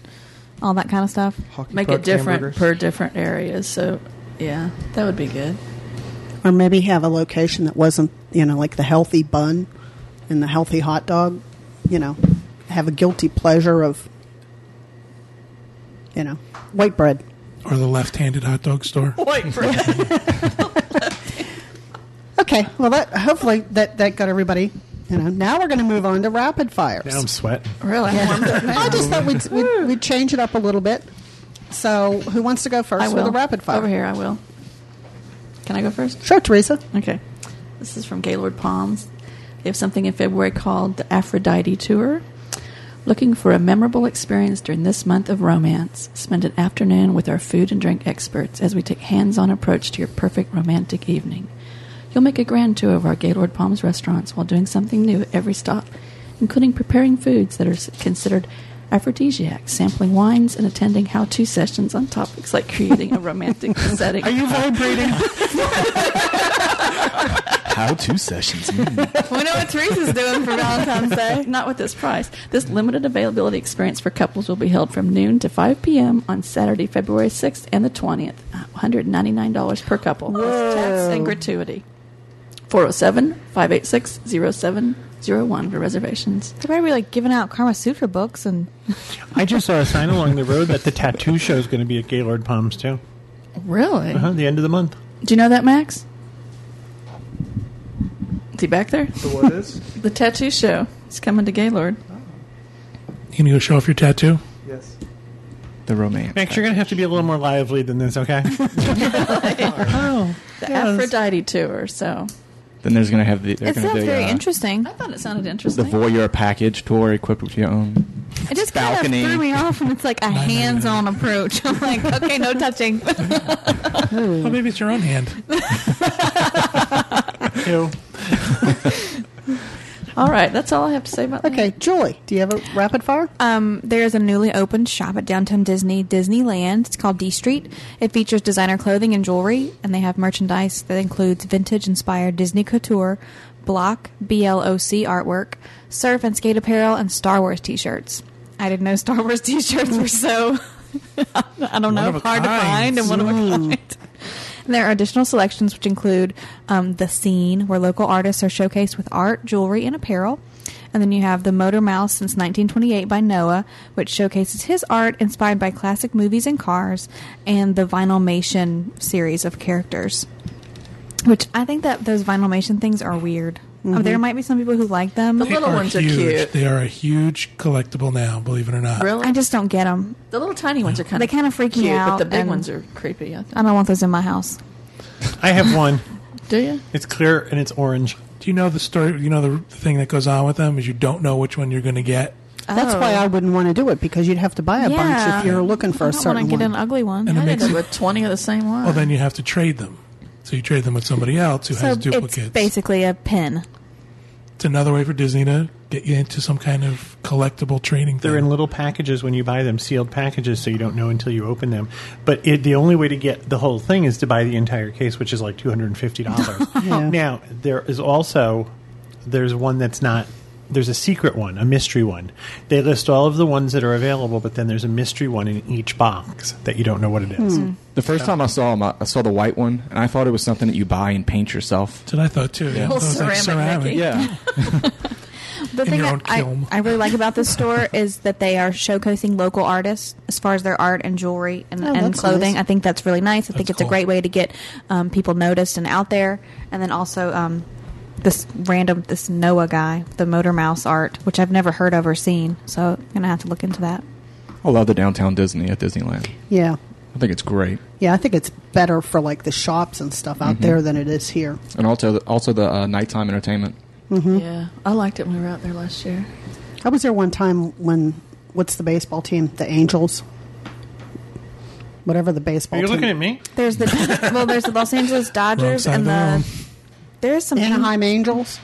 S6: all that kind of stuff.
S8: Hockey
S3: Make
S8: puck
S3: it different
S8: hamburgers.
S3: per different areas. So, yeah, that would be good.
S1: <laughs> Or maybe have a location that wasn't, you know, like the healthy bun and the healthy hot dog, you know, have a guilty pleasure of, you know, white bread.
S5: Or the left-handed hot dog store.
S3: White bread.
S1: Okay, well, that hopefully that, that got everybody, you know. Now we're going to move on to rapid fires.
S2: Now I'm sweating.
S3: really?
S1: I just thought we'd, we'd, we'd change it up a little bit. So, who wants to go first
S3: <laughs> I will.
S1: with a rapid fire?
S3: Over here, I will. Can I go first?
S1: Sure, Teresa.
S3: Okay. This is from Gaylord Palms. They have something in February called the Aphrodite Tour. Looking for a memorable experience during this month of romance. Spend an afternoon with our food and drink experts as we take hands on approach to your perfect romantic evening. You'll make a grand tour of our Gaylord Palms restaurants while doing something new at every stop, including preparing foods that are s- considered aphrodisiac, sampling wines, and attending how to sessions on topics like creating
S2: <laughs>
S3: a romantic setting.
S2: Are you vibrating?
S4: How to sessions. Mm.
S6: we know what Teresa's doing for Valentine's Day.
S3: <laughs> Not with this price. This limited availability experience for couples will be held from noon to 5 p.m. on Saturday, February 6th and the 20th. $199 per couple. Plus tax and gratuity. 407 586 0701 for reservations.
S6: They're probably like giving out Karma Sutra books and
S2: I just saw a sign along the road that the tattoo show is going to be at Gaylord Palms too.
S3: Really?
S2: Uh-huh, the end of the month.
S3: Do you know that, Max? Is he back there?
S8: So what is?
S3: The tattoo show. It's coming to Gaylord.
S5: You gonna go show off your tattoo?
S8: yes.
S4: <laughs> the romance.
S2: Max, you're going to have to be a little more lively than this, okay? oh,
S3: The Aphrodite tour. So
S4: Then there's going to have the. they're
S6: it
S4: gonna
S6: sounds
S4: do,
S6: very
S4: uh,
S6: interesting.
S3: I thought it sounded
S4: The
S3: interesting.
S4: voyeur package tour equipped with your own.
S6: It just kind of
S4: balcony.
S6: threw me off, and it's
S4: <laughs>
S6: like a hands-on approach. I'm like, okay, no
S4: <laughs>
S6: touching. <laughs>
S5: Well, maybe it's your own hand.
S2: <laughs>
S3: <laughs>
S6: <laughs>
S2: ew.
S3: All right, that's all I have to say about that.
S1: Okay, Julie, do you have a rapid fire?
S6: Um, there's a newly opened shop at downtown Disney Disneyland. It's called D Street. It features designer clothing and jewelry, and they have merchandise that includes vintage-inspired Disney couture, block B L O C artwork, surf and skate apparel, and Star Wars T-shirts. I didn't know Star Wars <laughs> T-shirts were so <laughs> I don't know
S5: of a
S6: hard to
S5: kind. Hmm.
S6: find and one of a kind. And There are additional selections which include um, the scene, where local artists are showcased with art, jewelry, and apparel. And then you have the Motor Mouse since 1928 by Noah, which showcases his art inspired by classic movies and cars, and the Vinylmation series of characters. Which I think that those vinylmation things are weird. Uh, there might be some people who like them.
S3: The little ones are
S5: huge.
S3: cute.
S5: They are a huge collectible now, believe it or not.
S3: Really?
S6: I just don't get them.
S3: the little tiny ones are kind
S6: They
S3: of
S6: kinda freak me
S3: cute, but
S6: out,
S3: the big
S6: and-
S3: ones are creepy. I think.
S6: I don't want those in my house.
S2: I have one.
S3: Do you?
S2: It's clear and it's orange.
S5: Do you know the story? You know the thing that goes on with them is you don't know which one you're going to get.
S1: That's why I wouldn't want to do it because you'd have to buy a bunch
S6: Yeah.
S1: if you're looking for
S6: I
S1: a
S6: don't
S1: certain
S6: want to get
S1: one.
S6: an ugly one.
S5: And it
S3: I
S5: makes
S3: ended
S5: it-
S3: up with twenty of the same one.
S5: Well, then you have to trade them. So you trade them with somebody else who
S6: so
S5: has
S6: it's
S5: duplicates.
S6: basically a pin.
S5: It's another way for Disney to get you into some kind of collectible trading thing.
S2: They're in little packages when you buy them, sealed packages, so you don't know until you open them. But it, the only way to get the whole thing is to buy the entire case, which is like two hundred and fifty dollars.
S1: Yeah.
S2: Now there is also there's one that's not there's a secret one, a mystery one. They list all of the ones that are available, but then there's a mystery one in each box that you don't know what it is.
S4: The first time I saw them, I I saw the white one, and I thought it was something that you buy and paint yourself.
S5: That's what I thought too. Yeah.
S3: Little
S5: So it's like
S3: ceramic making.
S4: Yeah,
S6: The
S5: In
S6: thing
S5: your
S6: that
S5: own kiln.
S6: I, I really like about this
S5: <laughs>
S6: store is that they are showcasing local artists as far as their art and jewelry and,
S1: Oh,
S6: and
S1: that's
S6: clothing.
S1: nice.
S6: I think that's really nice. I think
S5: That's
S6: it's
S5: cool.
S6: a great way to get um, people noticed and out there. And then also um, this random this Noah guy, the Motor Mouse art, which I've never heard of or seen. So I'm gonna have to look into that.
S4: I love the downtown Disney at Disneyland.
S1: Yeah.
S4: I think it's great,
S1: Yeah, I think it's better for like the shops and stuff
S2: Mm-hmm.
S1: out there than it is here.
S4: and also also the uh, nighttime entertainment.
S3: Yeah, I liked it when we were out there last year.
S1: I was there one time when what's the baseball team? The Angels. Whatever the baseball
S2: Are you
S1: team.
S2: looking at me?
S6: There's the well, there's the Los
S5: <laughs>
S6: Angeles Dodgers
S5: side
S6: and
S5: of the
S6: the
S5: room.
S6: there is some
S1: Anaheim Angels.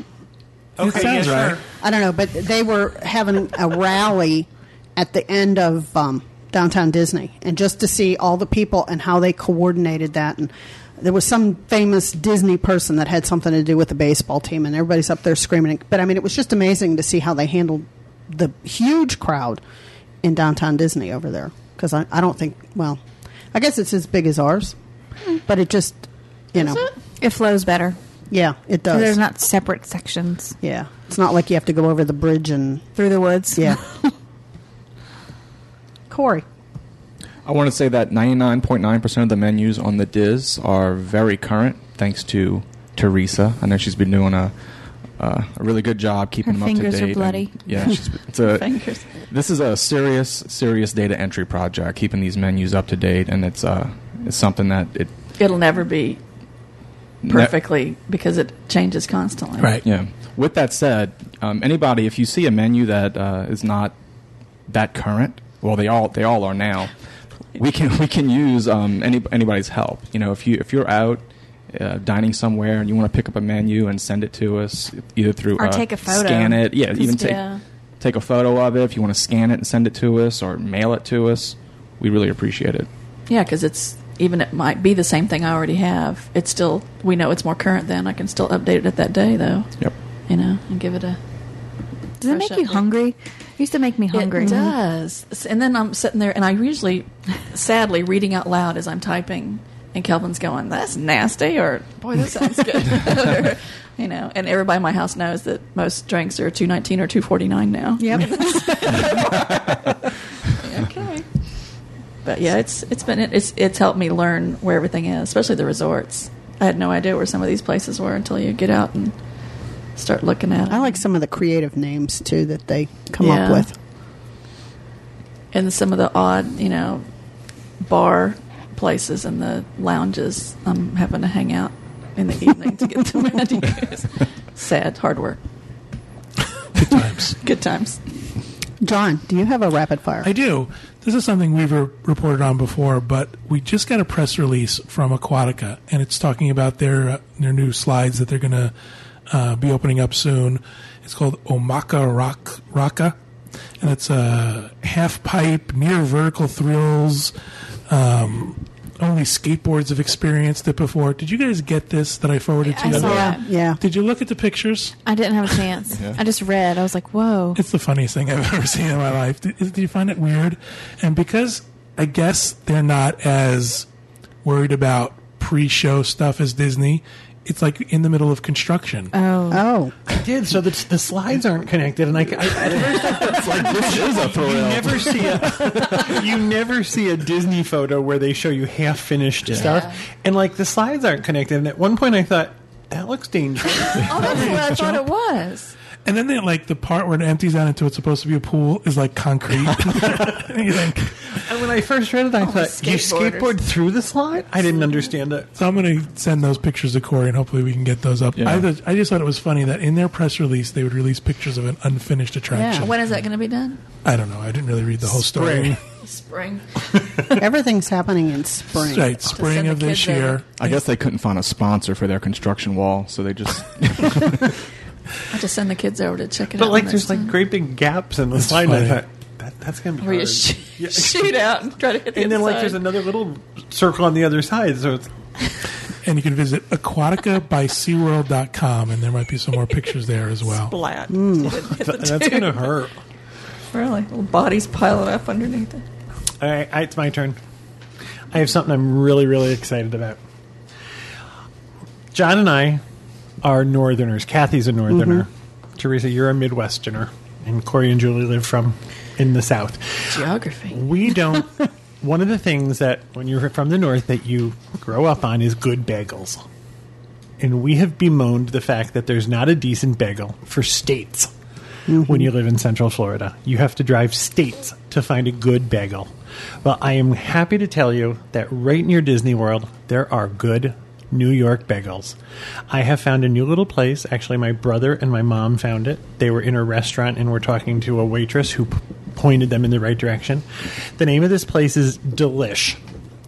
S2: Okay,
S5: sounds
S2: yeah,
S5: right.
S1: I don't know, but they were having a rally at the end of um, downtown Disney, and just to see all the people and how they coordinated that, and there was some famous Disney person that had something to do with the baseball team, and everybody's up there screaming. But I mean, it was just amazing to see how they handled the huge crowd in downtown Disney over there, because I, I don't think, well, I guess it's as big as ours, but it just, you know,
S6: it flows better.
S1: yeah, it does.
S6: There's not separate sections
S1: yeah, it's not like you have to go over the bridge and
S6: through the woods. <laughs>
S1: yeah. Corey.
S4: I want to say that ninety nine point nine percent of the menus on the Diz are very current, thanks to Teresa. I know she's been doing a. Uh, a really good job keeping
S6: Her
S4: them up to
S6: fingers
S4: date.
S6: are
S4: and-
S6: bloody.
S4: yeah, she's, it's
S6: <laughs>
S4: a,
S3: Fingers.
S4: This is a serious, serious data entry project, keeping these menus up to date, and it's uh, it's something that it
S3: It'll never be
S4: ne-
S3: perfectly because it changes constantly.
S5: Right.
S4: Yeah. With that said, um, anybody, if you see a menu that uh, is not that current, well, they all they all are now. We can we can use um, any, anybody's help. You know, if you if you're out uh, dining somewhere and you want to pick up a menu and send it to us, either through
S6: Or
S4: uh,
S6: take a photo.
S4: scan it, yeah, even
S3: Just-
S4: take
S3: yeah.
S4: take a photo of it. If you want to scan it and send it to us or mail it to us, we really appreciate it.
S3: Yeah, because it's even it might be the same thing I already have. It's still we know it's more current than I can still update it at that day though.
S4: Yep.
S3: You know, and give it a.
S6: Does it
S3: Fresh
S6: make you
S3: update.
S6: hungry? It used to make me hungry.
S3: It
S1: Mm-hmm.
S3: does. S- And then I'm sitting there, and I usually, sadly, reading out loud as I'm typing, and Kelvin's going, "That's nasty," or "Boy, that sounds good,"
S1: <laughs>
S3: <laughs> or, you know. And everybody in my house knows that most drinks are two nineteen or two forty nine now.
S6: Yep.
S3: Okay. But yeah, it's it's been it's it's helped me learn where everything is, especially the resorts. I had no idea where some of these places were until you get out and start looking at.
S1: I
S3: it.
S1: like some of the creative names too that they come
S3: Yeah.
S1: up with.
S3: and some of the odd, you know, bar places and the lounges. I'm having to hang out in the evening to
S2: <laughs>
S3: get to manicures. Sad, hard work,
S5: Good times.
S3: good times.
S1: John, do you have a rapid fire?
S5: I do. This is something we've re- reported on before, but we just got a press release from Aquatica, and it's talking about their uh, their new slides that they're going to uh, be opening up soon. It's called Omaka Rock Raka, and it's a half pipe, near vertical thrills. Um, only skateboards have experienced it before. Did you guys get this that I forwarded to
S6: I
S5: you?
S6: saw
S1: yeah.
S6: Yeah.
S1: yeah.
S5: Did you look at the pictures?
S6: I didn't have a chance. I just read. I was like, whoa.
S5: It's the funniest thing I've <laughs> ever seen in my life. Do, is- do you find it weird? And because I guess they're not as worried about pre-show stuff as Disney, it's like in the middle of construction.
S3: Oh,
S1: Oh,
S2: I did, so the, the slides aren't connected, and I, I- at first I <laughs> thought,
S4: like this is a
S2: you
S4: thrill.
S2: never see a you never see a Disney photo where they show you half finished stuff, and like the slides aren't connected. And at one point, I thought that looks dangerous.
S3: oh that's what I thought it was.
S5: And then they, like the part where it empties out into what's supposed to be a pool is
S2: <laughs>
S5: like concrete. <laughs> And you're like,
S2: and when I first read it, I thought you
S3: Oh, skateboarders.
S2: skateboard through the slide. I didn't understand it.
S5: so I'm going to send those pictures to Corey, and hopefully we can get those up.
S4: Yeah.
S5: I, th- I just thought it was funny that in their press release they would release pictures of an unfinished attraction.
S3: When is that going to be done?
S5: I don't know. I didn't really read the whole story.
S3: Spring.
S1: everything's happening in spring.
S5: <laughs> right, spring
S3: send the
S5: of this
S3: kids over.
S5: year.
S4: I guess they couldn't find a sponsor for their construction wall, so they
S6: <laughs>
S4: just
S3: I just send the kids over to check it out.
S2: But like,
S3: next
S2: there's like
S3: time.
S2: great big gaps in the
S5: That's
S2: slide. and I
S5: funny.
S2: thought that, that's gonna be
S3: where you
S2: hard.
S3: sh-
S2: <laughs> Yeah.
S3: shoot out and try to hit the
S2: and then like
S3: inside.
S2: there's another little circle on the other side. So
S3: <laughs>
S2: it's
S5: And you can visit aquatica by SeaWorld.com, and there might be some more pictures there
S2: <laughs>
S5: as well.
S3: splat. Hit the
S2: that's
S3: tube.
S2: gonna hurt.
S3: Really, Mm. little bodies piling up underneath it.
S2: All right, I- it's my turn. I have something I'm really, really excited about. John and I are Northerners. Kathy's a Northerner. Teresa, you're a Midwesterner, and Corey and Julie live from in the South.
S3: Geography.
S2: We don't. one of the things that when you're from the North that you grow up on is good bagels, and we have bemoaned the fact that there's not a decent bagel for states. When you live in Central Florida, you have to drive states to find a good bagel. Well, I am happy to tell you that right near Disney World, there are good New York bagels. I have found a new little place. Actually, my brother and my mom found it. They were in a restaurant and were talking to a waitress who p- pointed them in the right direction. The name of this place is Delish.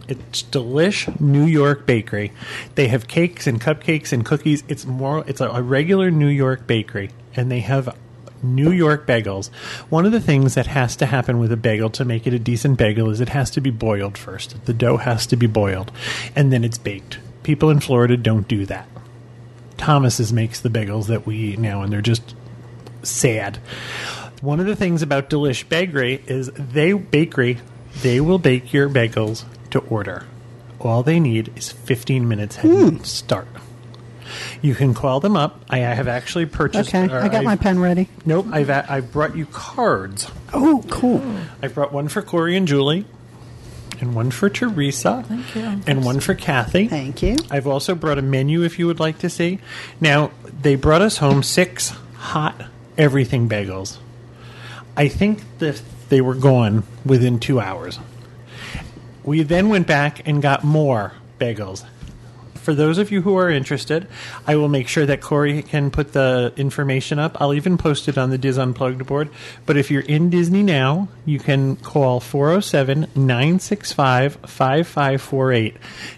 S2: It's Delish New York Bakery. They have cakes and cupcakes and cookies. It's more it's a, a regular New York bakery and they have New York bagels. One of the things that has to happen with a bagel to make it a decent bagel is it has to be boiled first. The dough has to be boiled and then it's baked. People in Florida don't do that. Thomas's makes the bagels that we eat now and they're just sad. One of the things about Delish Bakery is they bakery they will bake your bagels to order. All they need is 15 minutes head
S1: Hmm.
S2: start. You can call them up. I have actually purchased.
S1: Okay,
S5: uh,
S2: or
S1: I got my
S2: I've-
S1: pen ready.
S2: Nope, I've a- I've brought you cards.
S1: Oh, cool.
S2: I brought one for Corey and Julie, and one for Teresa,
S3: Thank you.
S2: and one for Kathy.
S1: Thank you.
S2: I've also brought a menu if you would like to see. Now, they brought us home six hot everything bagels. I think that they were gone within two hours. We then went back and got more bagels. For those of you who are interested, I will make sure that Corey can put the information up. I'll even post it on the Diz Unplugged board. But if you're in Disney now, you can call 407 965 5548.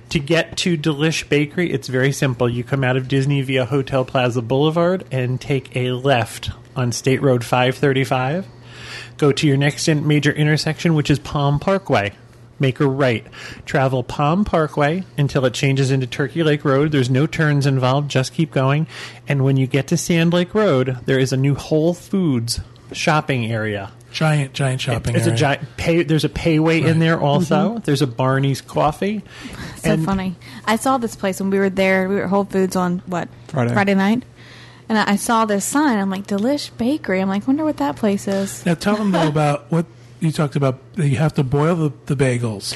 S2: To get to Delish Bakery, it's very simple. You come out of Disney via Hotel Plaza Boulevard and take a left on State Road 535. Go to your next in- major intersection, which is Palm Parkway. Make a right. Travel Palm Parkway until it changes into Turkey Lake Road. There's no turns involved, just keep going. And when you get to Sand Lake Road, there is a new Whole Foods shopping area.
S5: Giant, giant shopping
S2: It's
S5: area. Mm-hmm.
S2: a giant pay there's a payway in there also. There's a Barney's coffee.
S6: So funny. I saw this place when we were there. We were at Whole Foods on what
S4: Friday.
S6: night, and I I saw this sign. I'm like, Delish Bakery. I'm like, wonder what that place is.
S5: Now tell them though about what you talked about. That you have to boil the, the bagels,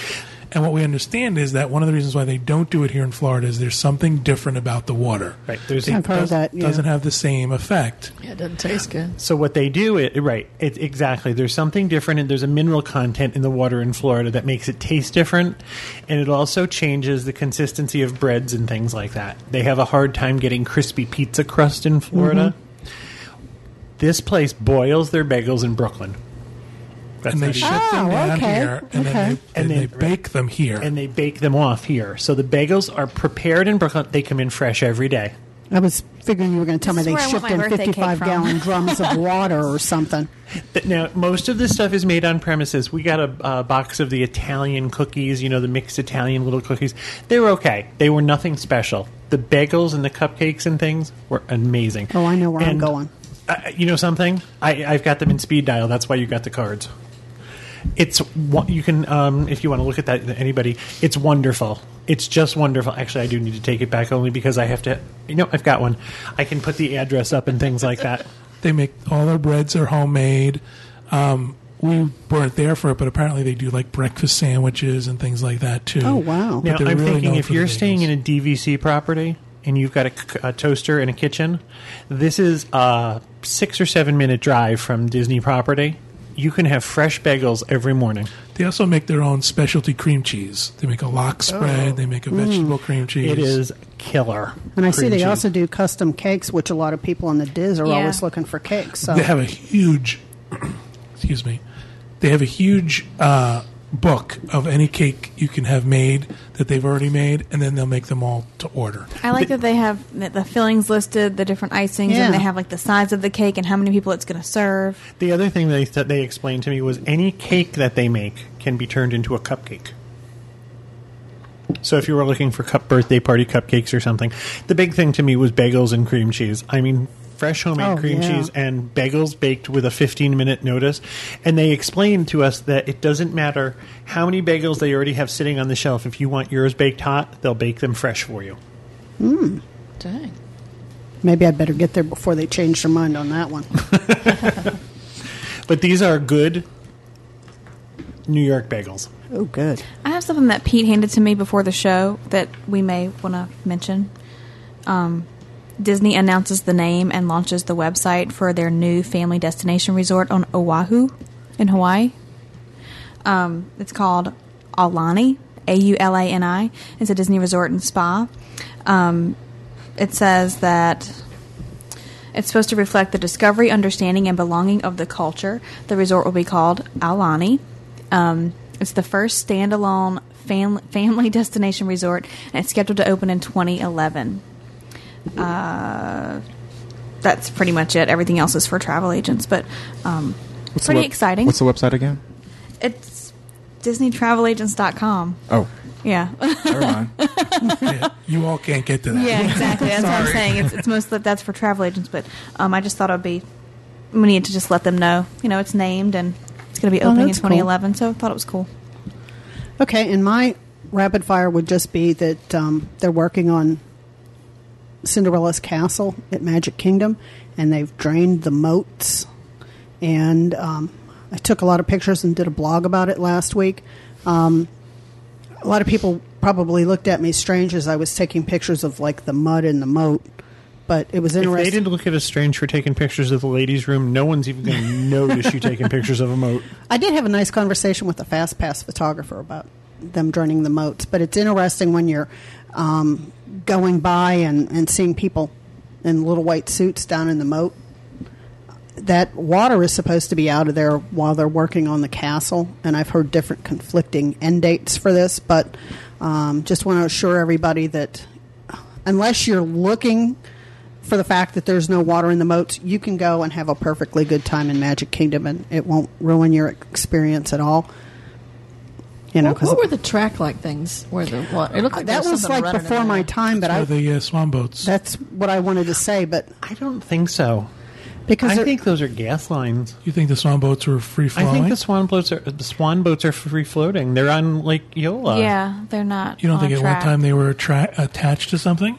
S5: and what we understand is that one of the reasons why they don't do it here in Florida is there's something different about the water.
S2: Right. There's
S1: I've heard
S5: Does-
S1: that. Uh, yeah.
S5: Doesn't have the same effect.
S3: Yeah, it doesn't taste good.
S2: So what they do, it, right? It, exactly. There's something different, and there's a mineral content in the water in Florida that makes it taste different, and it also changes the consistency of breads and things like that. They have a hard time getting crispy pizza crust in Florida.
S5: Mm-hmm.
S2: This place boils their bagels in Brooklyn. That's
S5: and they
S2: not easy.
S5: ship them
S1: Oh,
S5: down
S1: okay,
S5: here, and
S1: okay.
S5: then they,
S2: And
S5: and
S2: they-
S5: they, bake them here.
S2: and they bake them off here. So the bagels are prepared in Brooklyn. They come in fresh every day.
S1: I was figuring you were going to tell me
S6: This is
S1: they
S6: where I want
S1: shipped
S6: my
S1: in
S6: birthday cake
S1: 55
S6: from. <laughs>
S1: gallon drums of water or something.
S2: Th- Now, most of this stuff is made on premises. We got a uh, box of the Italian cookies, you know, the mixed Italian little cookies. They were okay. They were nothing special. The bagels and the cupcakes and things were amazing.
S1: Oh, I know where I'm
S2: And,
S1: going.
S2: Uh, you know something? I, I've got them in speed dial. That's why you got the cards. It's wo- you can um, if you want to look at that. Anybody, it's wonderful. It's just wonderful. Actually, I do need to take it back only because I have to. You know, I've got one. I can put the address up and things like that.
S5: They make all their breads are homemade. Um, we weren't there for it, but apparently they do like breakfast sandwiches and things like that too.
S1: Oh, wow.
S5: But
S2: Now,
S5: they're
S2: I'm
S5: really
S2: thinking
S5: known
S2: if
S5: for the
S2: you're staying
S5: bagels.
S2: in a DVC property and you've got a, c- a toaster and a kitchen, this is a six or seven minute drive from Disney property. You can have fresh bagels every morning.
S5: They also make their own specialty cream cheese. They make a lock
S1: Oh.
S5: spread. They make a
S1: Mm.
S5: vegetable cream cheese.
S2: It is killer.
S1: And I see
S2: Cream
S1: they
S2: cheese.
S1: also do custom cakes, which a lot of people on the Diz are
S6: Yeah.
S1: always looking for cakes. So
S2: uh,
S5: They have a huge, <clears throat> excuse me, they have a huge uh, book of any cake you can have made that they've already made, and then they'll make them all to order.
S6: I like that they have the- the fillings listed, the different icings,
S1: Yeah.
S6: and they have like the size of the cake and how many people it's going to serve.
S2: The other thing they said they explained to me was any cake that they make can be turned into a cupcake. So if you were looking for cup birthday party cupcakes or something, the big thing to me was bagels and cream cheese. I mean, fresh homemade
S1: Oh,
S2: cream
S1: yeah.
S2: cheese and bagels baked with a 15 minute notice. And they explained to us that it doesn't matter how many bagels they already have sitting on the shelf. If you want yours baked hot, they'll bake them fresh for you.
S3: Dang.
S1: maybe I'd better get there before they change their mind on that one.
S2: But these are good New York bagels.
S1: oh, good.
S6: I have something that Pete handed to me before the show that we may want to mention. Um, Disney announces the name and launches the website for their new family destination resort on Oahu in Hawaii. Um, it's called Aulani, A U L A N I. It's a Disney resort and spa. Um, it says that it's supposed to reflect the discovery, understanding, and belonging of the culture. The resort will be called Aulani. Um, it's the first standalone fam- family <laughs> destination resort, and it's scheduled to open in 2011. Uh, that's pretty much it. Everything else is for travel agents, but um,
S4: What's the
S6: pretty
S4: web-
S6: exciting.
S4: What's the website again?
S6: It's DisneyTravelAgents.com.
S4: Oh,
S6: Yeah.
S4: never mind.
S5: Yeah, you all can't get to
S6: <laughs>
S5: that.
S6: yeah, exactly. That's what I'm saying. It's, it's mostly that's for travel agents, but um, I just thought it'd be we need to just let them know. You know, it's named and it's going to be
S1: Oh,
S6: opening in
S1: that's cool.
S6: 2011. So I thought it was cool.
S1: Okay, and my rapid fire would just be that um, they're working on Cinderella's castle at Magic Kingdom, and they've drained the moats. And um, I took a lot of pictures and did a blog about it last week. Um, a lot of people probably looked at me strange as I was taking pictures of like the mud in the moat, but it was
S2: If they
S1: interesting.
S2: didn't look at us strange for taking pictures of the ladies' room, no one's even <laughs> going to notice you taking pictures of a moat.
S1: I did have a nice conversation with a fast pass photographer about them draining the moats, but it's interesting when you're um, going by and, and seeing people in little white suits down in the moat. That water is supposed to be out of there while they're working on the castle, and I've heard different conflicting end dates for this, but um, just want to assure everybody that unless you're looking for the fact that there's no water in the moats, you can go and have a perfectly good time in Magic Kingdom, and it won't ruin your experience at all. You know,
S3: What,
S1: because
S3: what were the track like things? Where the what? It looked like there
S1: that was
S3: something
S1: like
S3: running in
S1: before
S3: there.
S1: my time, but
S5: Or
S1: I
S5: the uh, swan boats.
S1: that's what I wanted to say, but
S2: I don't think so.
S1: because
S2: I
S1: there-
S2: think those are gas lines.
S5: you think the swan boats were free flowing?
S2: I think the swan boats are the swan boats are free floating. They're on Lake Yola.
S6: yeah, they're not.
S5: Uh, you don't
S6: on
S5: think at
S6: track.
S5: one time they were attra- attached to something?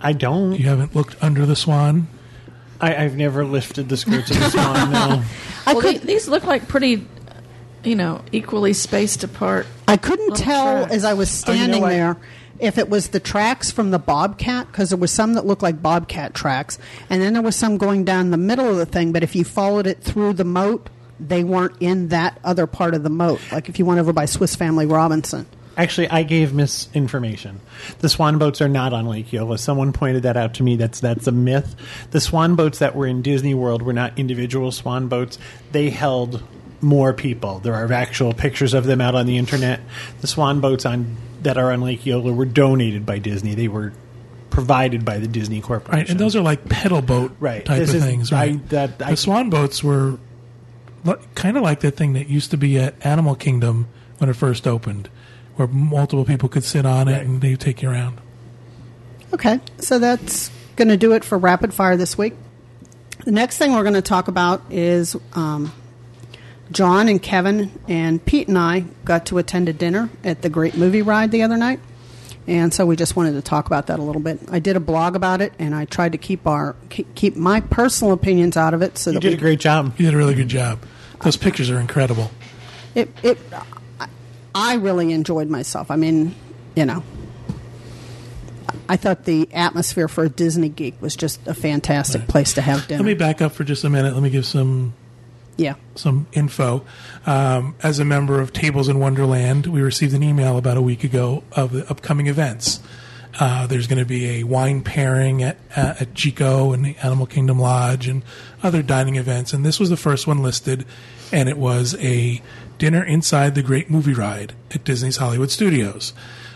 S2: I don't.
S5: You haven't looked under the swan.
S2: I, I've never lifted the skirts of the swan. <laughs> No.
S1: I
S3: Well,
S1: could
S3: they- these look like pretty, you know, equally spaced apart.
S1: I couldn't
S3: Little
S1: tell
S3: tracks.
S1: as I was
S2: Oh, you know
S1: standing
S2: what?
S1: there if it was the tracks from the bobcat because there was some that looked like bobcat tracks, and then there was some going down the middle of the thing. But if you followed it through the moat, they weren't in that other part of the moat. Like if you went over by Swiss Family Robinson.
S2: Actually, I gave misinformation. The swan boats are not on Lake Yola. Someone pointed that out to me. That's that's a myth. The swan boats that were in Disney World were not individual swan boats. They held more people. There are actual pictures of them out on the internet. The swan boats on that are on Lake Yola were donated by Disney. They were provided by the Disney Corporation.
S5: Right, and those are like pedal boat
S2: Right,
S5: type
S2: this
S5: of
S2: is-
S5: things.
S2: I-
S5: Right,
S2: that- I-
S5: the swan boats were kind of like that thing that used to be at Animal Kingdom when it first opened, where multiple people could sit on it
S2: Right.
S5: and they would take you around.
S1: Okay, so that's going to do it for rapid fire this week. The next thing we're going to talk about is um, John and Kevin and Pete and I got to attend a dinner at the Great Movie Ride the other night. And so we just wanted to talk about that a little bit. I did a blog about it, and I tried to keep our keep keep my personal opinions out of it. So
S2: You
S1: that
S2: did
S1: we
S2: a great job.
S5: You did a really good
S2: Mm-hmm.
S5: job. Those pictures are incredible.
S1: it it I- I really enjoyed myself. I mean, you know, I thought the atmosphere for a Disney geek was just a fantastic place to have dinner.
S5: Let me back up for just a minute. Let me give some
S1: yeah.
S5: some info. Um, as a member of Tables in Wonderland, we received an email about a week ago of the upcoming events. Uh, there's going to be a wine pairing at, uh, at Chico and the Animal Kingdom Lodge and other dining events. And this was the first one listed, and it was a dinner inside the Great Movie Ride at Disney's Hollywood Studios.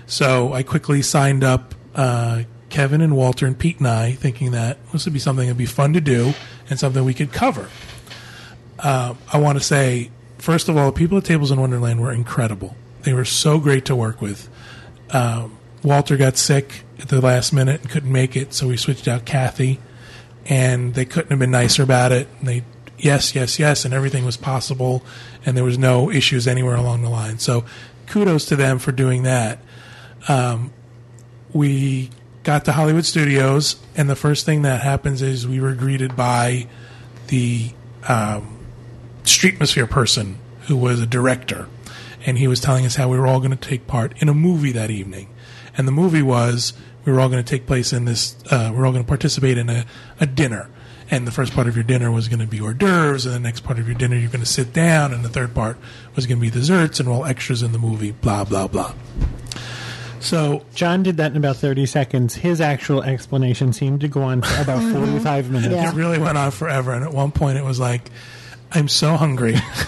S5: So I quickly signed up uh, Kevin and Walter and Pete and I, thinking that this would be something that would be fun to do and something we could cover. I want to say, first of all, the people at Tables in Wonderland were incredible. They were so great to work with. Um, Walter got sick at the last minute and couldn't make it, so we switched out Kathy, and they couldn't have been nicer about it. And they, yes, yes, yes, and everything was possible, and there was no issues anywhere along the line. So, kudos to them for doing that Um, we got to Hollywood Studios, and the first thing that happens is we were greeted by the um, streetmosphere person who was a director, and he was telling us how we were all going to take part in a movie that evening, and the movie was we were all going to take place in this uh, we're all going to participate in a, a dinner. And the first part of your dinner was going to be hors d'oeuvres, and the next part of your dinner you're going to sit down, and the third part was going to be desserts and all extras in the movie, blah blah blah. So
S2: John did that in about 30 seconds. His actual explanation seemed to go on for about 45 minutes.
S1: Yeah.
S5: It really went on forever. And at one point, it was like, I'm so hungry. <laughs>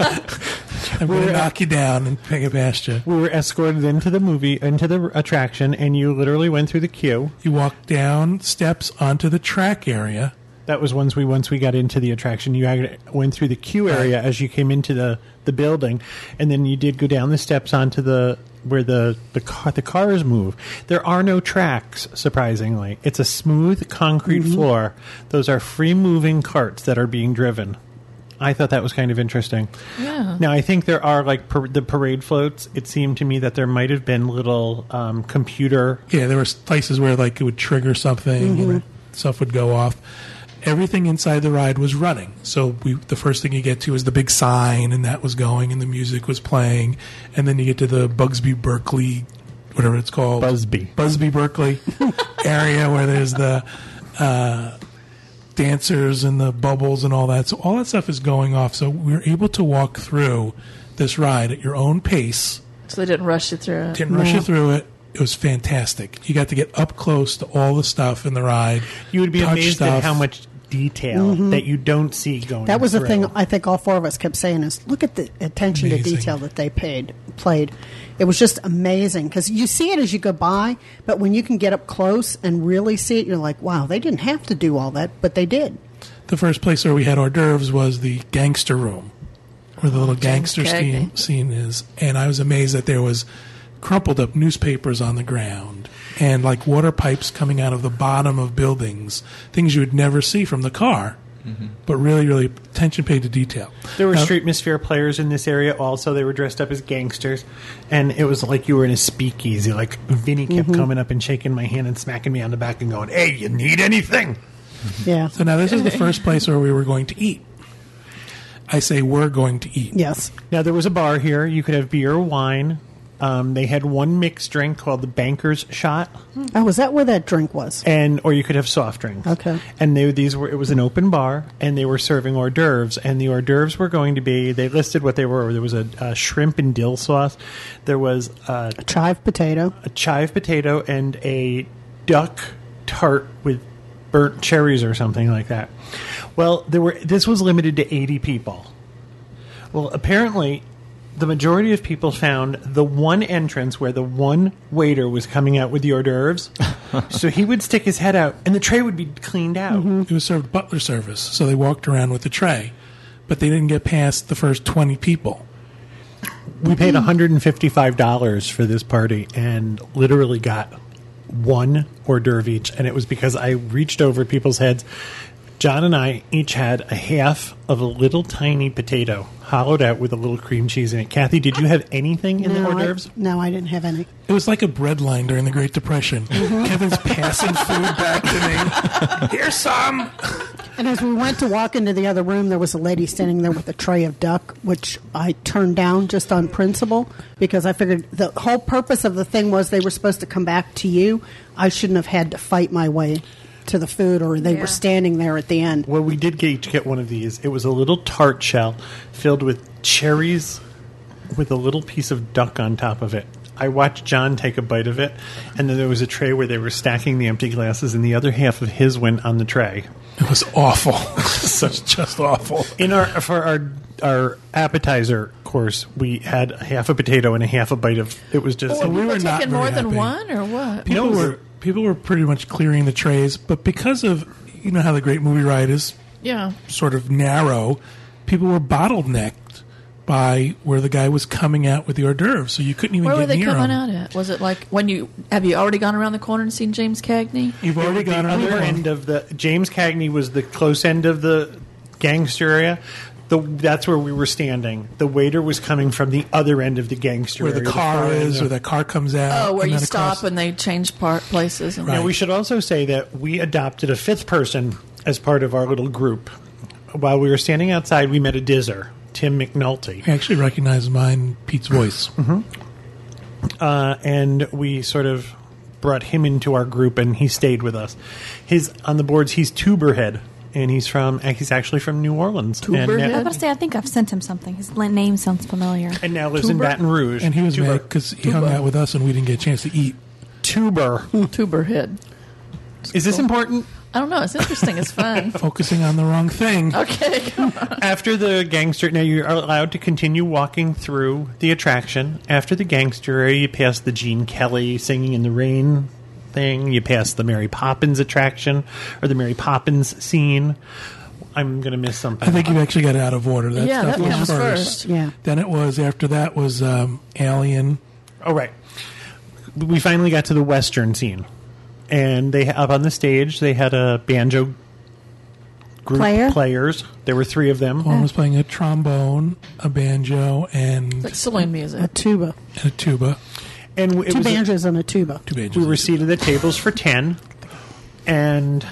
S5: I'm going to knock you down and pick a pasture.
S2: We were escorted into the movie, into the attraction, and you literally went through the queue.
S5: You walk down steps onto the track area.
S2: That was once we once we got into the attraction. You act- went through the queue area as you came into the, the building, and then you did go down the steps onto the where the the car the cars move. There are no tracks, surprisingly. It's a smooth concrete floor. Those are free moving carts that are being driven. I thought that was kind of interesting.
S3: Yeah.
S2: Now I think there are like par- the parade floats. It seemed to me that there might have been little um, computer
S5: Yeah, there were places where like it would trigger something, and stuff would go off. Everything inside the ride was running. So we, the first thing you get to is the big sign, and that was going, and the music was playing, and then you get to the Bugsby Berkeley, whatever it's called,
S2: Busby.
S5: Busby Berkeley area where there's the uh, dancers and the bubbles and all that. So all that stuff is going off. So we're able to walk through this ride at your own pace.
S3: So they didn't rush you through. it.
S5: Didn't rush you through it. It was fantastic. You got to get up close to all the stuff in the ride.
S2: You would be
S5: touch
S2: amazed at
S5: stuff.
S2: how much detail that you don't see going.
S1: That was the
S2: through.
S1: thing I think all four of us kept saying is look at the attention
S5: Amazing.
S1: to detail that they paid played. It was just amazing because you see it as you go by, but when you can get up close and really see it, you're like, wow, they didn't have to do all that, but they did.
S5: The first place where we had hors d'oeuvres was the gangster room, where the little gangster
S3: Cagney.
S5: scene, scene is. And I was amazed that there was crumpled up newspapers on the ground and like water pipes coming out of the bottom of buildings, things you would never see from the car. But really, really attention paid to detail.
S2: There were
S5: Now,
S2: Streetmosphere players in this area. Also, they were dressed up as gangsters, and it was like you were in a speakeasy. Like Vinny kept coming up and shaking my hand and smacking me on the back and going, "Hey, you need anything?"
S1: Yeah.
S5: Mm-hmm. So now this is the first place where we were going to eat. I say we're going to eat.
S1: Yes.
S2: Now there was a bar here. You could have beer or wine. Um, they had one mixed drink called the Banker's Shot,
S1: Oh, was that where that drink was?
S2: and or you could have soft drinks.
S1: Okay.
S2: And they these were it was an open bar, and they were serving hors d'oeuvres, and the hors d'oeuvres were going to be they listed what they were. There was a, uh shrimp and dill sauce. There was uh,
S1: Chive potato.
S2: a chive potato and a duck tart with burnt cherries or something like that. Well, there were this was limited to 80 people. Well, apparently the majority of people found the one entrance where the one waiter was coming out with the hors d'oeuvres. so he would stick his head out and the tray would be cleaned out.
S5: It was served butler service, so they walked around with the tray, but they didn't get past the first 20 people.
S2: We paid $155 for this party and literally got one hors d'oeuvre each. And it was because I reached over people's heads, John and I each had a half of a little tiny potato hollowed out with a little cream cheese in it. Kathy, did you have anything in the hors d'oeuvres?
S1: I, no, I didn't have any.
S5: It was like a bread line during the Great Depression.
S2: Mm-hmm.
S5: Kevin's passing food back to me. Here's some.
S1: And as we went to walk into the other room, there was a lady standing there with a tray of duck, which I turned down just on principle because I figured the whole purpose of the thing was they were supposed to come back to you. I shouldn't have had to fight my way to the food, or they
S3: Yeah.
S1: were standing there at the end.
S2: Well, we did get, each get one of these. It was a little tart shell filled with cherries with a little piece of duck on top of it. I watched John take a bite of it, and then there was a tray where they were stacking the empty glasses, and the other half of his went on the tray.
S5: It was awful. <laughs> it was just awful.
S2: In our for our our appetizer course, we had half a potato and a half a bite of. It was just
S5: Oh, we were
S3: taking
S5: not very
S3: more than
S5: happy.
S3: one or what?
S5: People
S2: No,
S5: were people were pretty much clearing the trays, but because of you know how the Great Movie Ride is
S3: Yeah.
S5: sort of narrow, people were bottlenecked by where the guy was coming out with the hors d'oeuvres, so you couldn't even
S3: Where
S5: get
S3: were they
S5: near
S3: coming
S5: him.
S3: out at? Was it like when you have you already gone around the corner and seen James Cagney?
S5: You've already
S2: the
S5: gone on
S2: other end of the James Cagney was the close end of the gangster area. The, that's where we were standing. The waiter was coming from the other end of the gangster
S5: where
S2: area.
S5: the car
S2: far
S5: is,
S2: end
S5: where
S2: of-
S5: the car comes out.
S3: Oh, where
S5: and
S3: you
S5: then across-
S3: stop and they change part places. And
S2: Now we should also say that we adopted a fifth person as part of our little group. While we were standing outside, we met a dizzer, Tim McNulty.
S5: I actually recognize mine, Pete's voice.
S2: Mm-hmm. uh, and we sort of brought him into our group, and he stayed with us. His on the boards, he's Tuberhead, and he's from he's actually from New Orleans, and uh,
S3: Tuberhead?
S6: I was
S2: now,
S6: about to say, I think I've sent him something. His la- name sounds familiar.
S2: and now lives in Baton Rouge.
S5: And he was
S2: Tuber,
S5: mad because he hung out with us and we didn't get a chance to eat.
S2: Tuber.
S3: tuber head.
S2: Is this important?
S3: I don't know. It's interesting. It's
S5: <laughs>
S3: fun.
S5: Focusing on the wrong
S3: <laughs>
S5: thing.
S3: okay.
S2: After the gangster, now you're allowed to continue walking through the attraction. After the gangster area, you pass the Gene Kelly singing in the rain thing. You pass the Mary Poppins attraction or the Mary Poppins scene. I'm gonna miss something.
S5: I think you've actually got it out of order. That
S3: Yeah,
S5: stuff
S3: that
S5: was
S3: comes first.
S1: Yeah.
S5: Then it was after that was um, Alien.
S2: Oh right. We finally got to the western scene, and they up on the stage they had a banjo group
S6: Player?
S2: players. There were three of them.
S5: One was playing a trombone, a banjo, and
S3: Like saloon music.
S5: <laughs>
S1: A tuba,
S5: and a tuba.
S2: And it
S1: two
S2: was
S1: banjos and a tuba.
S5: Two banjos.
S2: we were seated at tables for ten, and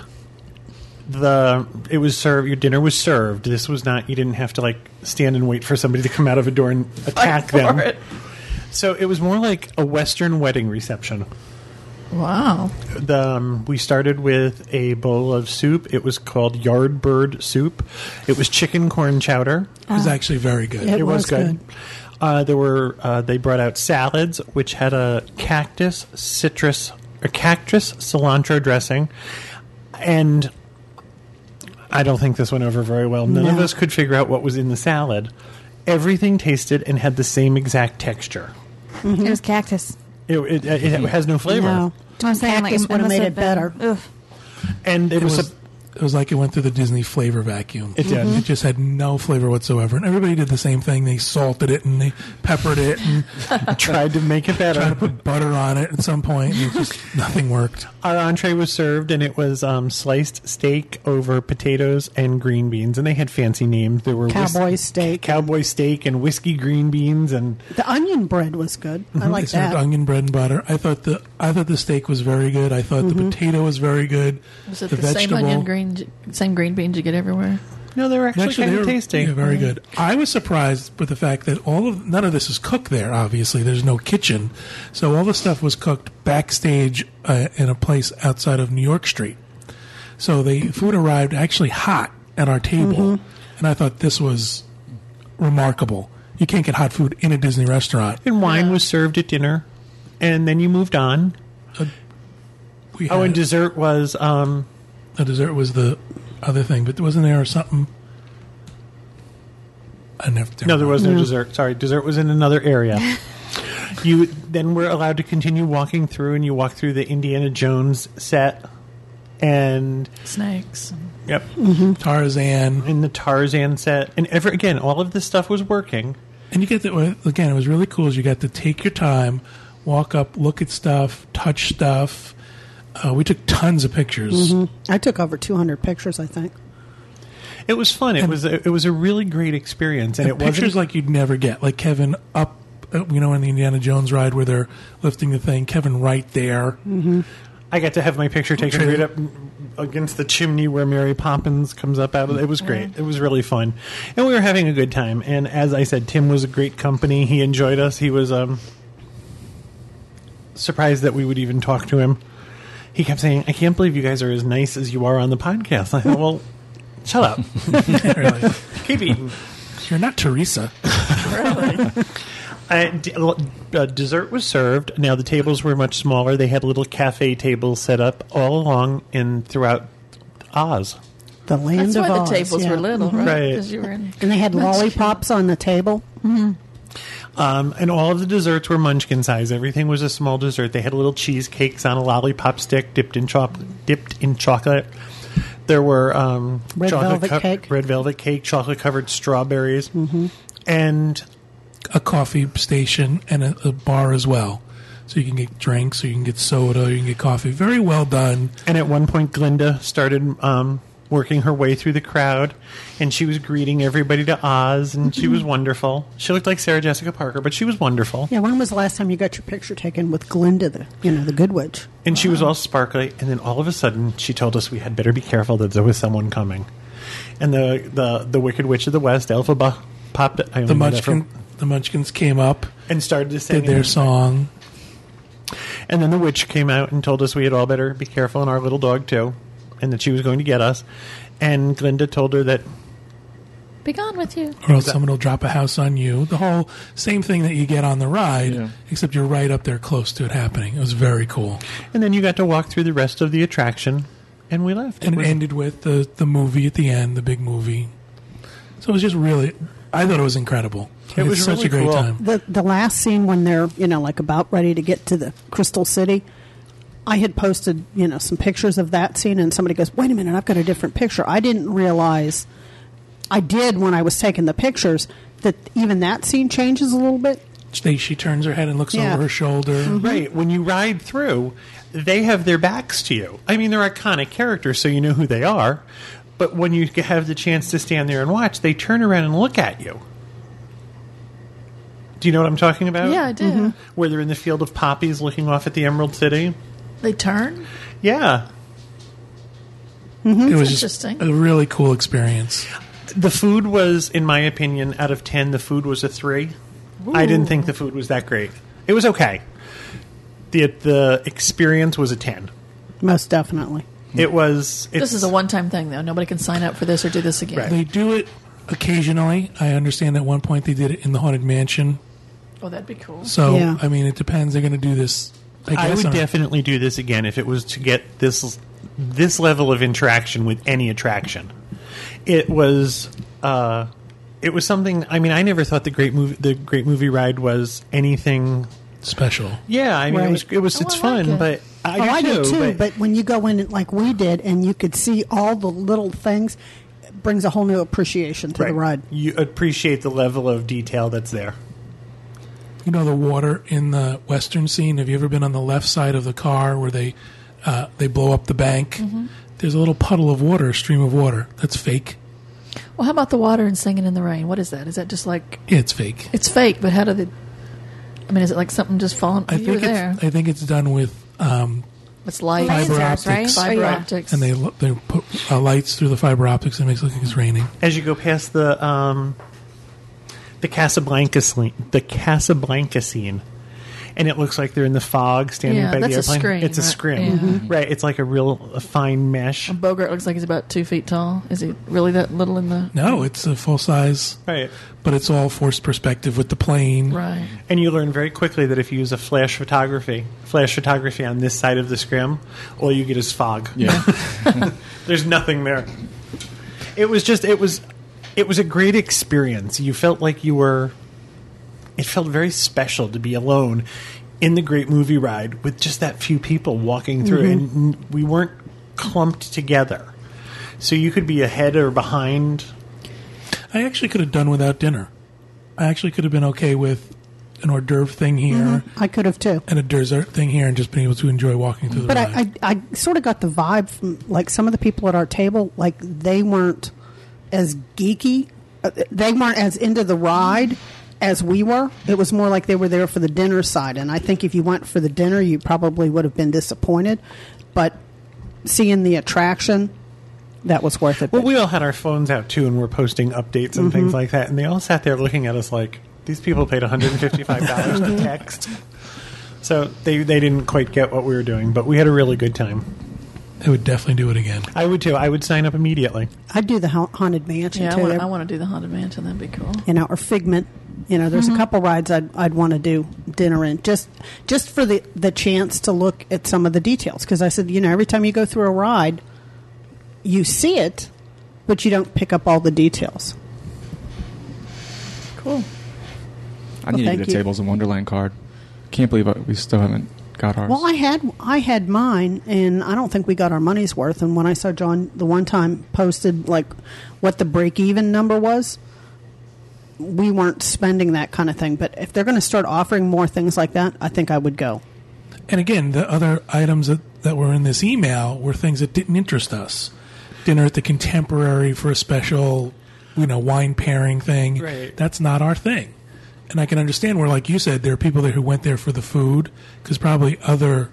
S2: the it was served. Your dinner was served. This was not. You didn't have to like stand and wait for somebody to come out of a door and attack
S3: for
S2: them.
S3: it.
S2: So it was more like a western wedding reception.
S3: Wow.
S2: the, um, we started with a bowl of soup. It was called yard bird soup. It was chicken corn chowder.
S5: It
S3: Ah.
S5: was actually very good.
S1: It was good.
S2: Uh, there were uh, they brought out salads, which had a cactus, citrus, or cactus cilantro dressing, and I don't think this went over very well. None of
S1: No.
S2: us could figure out what was in the salad. Everything tasted and had the same exact texture.
S6: It was cactus.
S2: It, it, it, it has no flavor,
S1: Mm-hmm. No,
S6: That's what I'm saying,
S1: Cactus
S6: like,
S1: would have
S6: must
S1: made
S6: have
S1: it better.
S6: been- Ugh.
S2: and it,
S5: It
S2: was.
S5: was.
S2: sup-
S5: It was like it went through the Disney flavor vacuum.
S2: It did. Mhm.
S5: It just had no flavor whatsoever, and everybody did the same thing. They salted it and they peppered it and
S2: <laughs> tried to make it better.
S5: tried to put butter on it at some point. And it just nothing worked.
S2: Our entree was served, and it was um, sliced steak over potatoes and green beans, and they had fancy names. There were whis-
S1: Cowboy steak.
S2: cowboy steak, and whiskey green beans, and
S1: The onion bread was good.
S2: <laughs>
S1: I
S5: they
S1: like
S5: served
S1: that.
S5: onion bread and butter. I thought the I thought the steak was very good. I thought
S1: Mm-hmm.
S5: the potato was very good.
S3: Was it the, same onion green, same green beans you get everywhere?
S2: no, they were actually,
S5: they
S2: kind
S5: were-
S2: of tasty.
S5: Yeah,
S1: Mm-hmm.
S5: very good. I was surprised with the fact that all of none of this is cooked there. Obviously, there's no kitchen, so all the stuff was cooked backstage uh, in a place outside of New York Street. So the food arrived actually hot at our table,
S1: Mm-hmm.
S5: and I thought this was remarkable. You can't get hot food in a Disney restaurant.
S2: And wine was served at dinner, and then you moved on.
S5: We
S2: Oh, and
S5: had-
S2: dessert was um,
S5: the dessert was the other thing, but wasn't there something? I never.
S2: no, there was no dessert. Sorry, dessert was in
S1: <laughs>
S2: another area. you then were allowed to continue walking through, and you walked through the Indiana Jones set, and
S3: Snakes.
S2: yep.
S5: Tarzan.
S2: in the Tarzan set, and ever again, all of this stuff was working.
S5: And you get the again. It was really cool. Is you got to take your time, walk up, look at stuff, touch stuff. Uh, we took tons of pictures.
S2: Mm-hmm.
S1: I took over 200 pictures, I think.
S2: It was fun. It was a, it was a really great experience, and it wasn't
S5: pictures like you'd never get, like Kevin up, uh, you know, in the Indiana Jones ride where they're lifting the thing. Kevin right there.
S2: Mm-hmm.
S5: <laughs>
S2: I got to have my picture taken
S5: Trailer.
S2: right up against the chimney where Mary Poppins comes up out of it. It was great. It was really fun. And we were having a good time. And as I said, Tim was a great company. He enjoyed us. He was um, surprised that we would even talk to him. He kept saying, I can't believe you guys are as nice as you are on the podcast. I thought, well, shut up.
S5: Really.
S2: Keep eating.
S5: You're not Teresa.
S2: I- d- l- uh, dessert was served. Now the tables were much smaller. They had little cafe tables set up all along and throughout Oz.
S1: The land
S3: That's
S1: of
S3: why the
S1: Oz,
S3: tables
S1: yeah.
S3: were little, right?
S2: Right.
S3: 'Cause you were in.
S1: And they had lollipops on the table.
S2: Um, and all of the desserts were munchkin size. Everything was a small dessert. They had little cheesecakes on a lollipop stick dipped in chocolate. Dipped in chocolate. There were um,
S1: Red
S2: chocolate
S1: velvet cake. Mm-hmm.
S2: red velvet cake, chocolate covered strawberries, and
S5: A coffee station and a, a bar as well. So you can get drinks, or you can get soda, you can get coffee. Very well done.
S2: And at one point, Glinda started um, working her way through the crowd, and she was greeting everybody to Oz, and she was wonderful. She looked like Sarah Jessica Parker, but she was wonderful,
S1: Yeah, when was the last time you got your picture taken with Glinda, the you know the good witch?
S2: and she was all sparkly. And then all of a sudden, she told us we had better be careful that there was someone coming. And the the, the Wicked Witch of the West, Elphaba, popped I only
S5: The
S2: knew that from-
S5: Munchkin, the Munchkins came up,
S2: and started to sing
S5: did their song.
S2: And then the witch came out and told us we had all better be careful and our little dog too, and that she was going to get us. And Glinda told her that
S3: Be gone with you.
S5: or else someone will drop a house on you. The whole same thing that you get on the ride,
S4: Yeah.
S5: except you're right up there close to it happening. It was very cool.
S2: And then you got to walk through the rest of the attraction, and we left.
S5: And
S2: It
S5: it
S2: was-
S5: ended with the, the movie at the end, the big movie. So it was just really, I thought it was incredible.
S2: It
S5: It's
S2: was
S5: such
S2: really
S5: a great
S2: cool.
S5: time.
S1: The the last scene when they're you know like about ready to get to the Crystal City, I had posted you know some pictures of that scene, and somebody goes, "Wait a minute, I've got a different picture." I didn't realize I did when I was taking the pictures that even that scene changes a little bit.
S5: She, she turns her head and looks
S1: Yeah.
S5: over her shoulder.
S2: right when you ride through, they have their backs to you. I mean, they're iconic characters, so you know who they are. But when you have the chance to stand there and watch, they turn around and look at you. Do you know what I'm talking
S5: Oh.
S2: about?
S3: Yeah, I do.
S1: Mm-hmm.
S2: Where they're in the field of poppies looking off at the Emerald City.
S3: They turn.
S2: Yeah.
S5: It was
S3: interesting.
S5: just a really cool experience.
S2: The food was, in my opinion, out of 10, the food was a 3. I didn't think the food was that great. It was okay. The, the experience was a 10.
S1: Most definitely.
S2: It was. It's,
S3: This is a one-time thing, though. Nobody can sign up for this or do this again.
S2: Right.
S5: They do it occasionally. I understand at one point they did it in the Haunted Mansion.
S3: Oh, that'd be cool.
S5: So,
S1: Yeah.
S5: I mean, it depends. They're going to do this. I,
S2: I
S5: guess,
S2: would
S5: on a-
S2: definitely do this again if it was to get this this level of interaction with any attraction. It was. Uh, it was something. I mean, I never thought the great movie the great movie ride was anything.
S5: special.
S2: Yeah, I mean, it was.
S1: Right.
S2: It was.
S3: Oh,
S2: It's
S3: I like
S2: fun,
S3: it.
S2: but I,
S1: oh, I do too.
S2: but-
S1: But, when you go in like we did, and you could see all the little things, it brings a whole new appreciation to the ride.
S2: You appreciate the level of detail that's there.
S5: You know the water in the western scene. Have you ever been on the left side of the car where they uh, they blow up the bank?
S3: Mm-hmm.
S5: There's a little puddle of water, a stream of water. That's fake.
S3: Well, how about the water and singing in the rain? What is that? Is that just like
S5: Yeah, it's fake.
S3: it's fake? But how do they? I mean, is it like something just falling?
S5: I
S3: you were
S5: think
S3: there.
S5: it's I think it's done with um,
S3: It's light.
S5: Fiber
S6: Lasers, right?
S5: optics.
S3: Fiber
S6: Oh, yeah.
S3: optics.
S5: and they lo- they put uh, lights through the fiber optics and it makes it look like it's raining.
S2: As you go past the um, the Casablanca scene, the Casablanca scene, and it looks like they're in the fog, standing
S3: Yeah,
S2: by
S3: that's
S2: the
S3: a
S2: airplane.
S3: screen,
S2: it's a
S3: right?
S2: screen,
S3: Yeah. Um,
S2: right? It's like a real a fine mesh,
S3: Bogart looks like he's about two feet tall. Is he really that little in the
S5: No, it's a full size,
S2: right?
S5: but it's all forced perspective with the plane.
S3: right?
S2: And you learn very quickly that if you use a flash photography, flash photography on this side of the scrim, all you get is fog.
S4: Yeah.
S2: <laughs> There's nothing there. It was just it was it was a great experience. You felt like you were it felt very special to be alone in the great movie ride with just that few people walking through and n- we weren't clumped together. So you could be ahead or behind.
S5: I actually could have done without dinner. I actually could have been okay with an hors d'oeuvre thing here
S1: I could have too.
S5: and a dessert thing here and just been able to enjoy walking through the
S1: But
S5: ride.
S1: I, I, I sort of got the vibe from like some of the people at our table, like they weren't as geeky. uh, They weren't as into the ride as we were. It was more like they were there for the dinner side. And I think if you went for the dinner, you probably would have been disappointed. But seeing the attraction, that was worth it.
S2: Well,
S1: But-
S2: we all had our phones out too, and we're posting updates and things like that. And they all sat there looking at us like these people paid one hundred and fifty-five dollars to text. So they they didn't quite get what we were doing, but we had a really good time.
S5: I would definitely do it again.
S2: I would too. I would sign up immediately.
S1: I'd do the hau- haunted mansion
S3: Yeah,
S1: too.
S3: I want to do the haunted mansion. That'd be cool.
S1: you know, or Figment. You know, there's a couple rides I'd, I'd want to do dinner in just just for the the chance to look at some of the details because I said you know every time you go through a ride, you see it, but you don't pick up all the details.
S3: Cool.
S4: I need to
S1: thank
S4: get a
S1: you.
S4: Tables in Wonderland card. Can't believe I, we still haven't got ours.
S1: Well, I had I had mine, and I don't think we got our money's worth. And when I saw John the one time posted like what the break even number was, we weren't spending that kind of thing. But if they're going to start offering more things like that, I think I would go.
S5: And again, the other items that, that were in this email were things that didn't interest us. Dinner at the Contemporary for a special, you know, wine pairing thing.
S2: Right.
S5: That's not our thing. And I can understand where, like you said, there are people there who went there for the food because probably other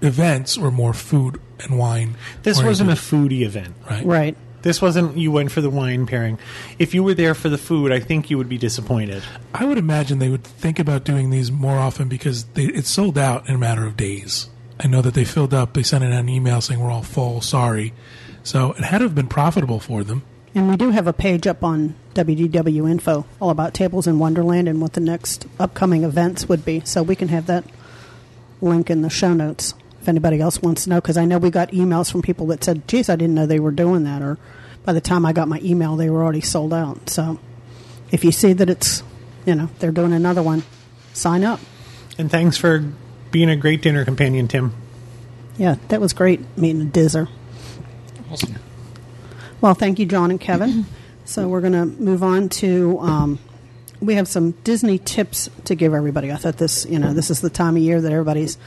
S5: events were more food and wine.
S2: This
S5: oriented,
S2: wasn't a foodie event.
S5: right.
S1: Right.
S2: This wasn't you went for the wine pairing. If you were there for the food, I think you would be disappointed.
S5: I would imagine they would think about doing these more often because they, it sold out in a matter of days. I know that they filled up. They sent in an email saying we're all full. Sorry. So it had to have been profitable for them.
S1: And we do have a page up on WDW Info all about tables in Wonderland and what the next upcoming events would be. So we can have that link in the show notes if anybody else wants to know. Because I know we got emails from people that said, geez, I didn't know they were doing that. Or by the time I got my email, they were already sold out. So if you see that it's, you know, they're doing another one, sign up.
S2: And thanks for being a great dinner companion, Tim.
S1: Yeah, that was great meeting a Dizzer.
S4: Awesome.
S1: Well, thank you, John and Kevin. so we're going to move on to. Um, we have some Disney tips to give everybody. I thought this, you know, this is the time of year that everybody's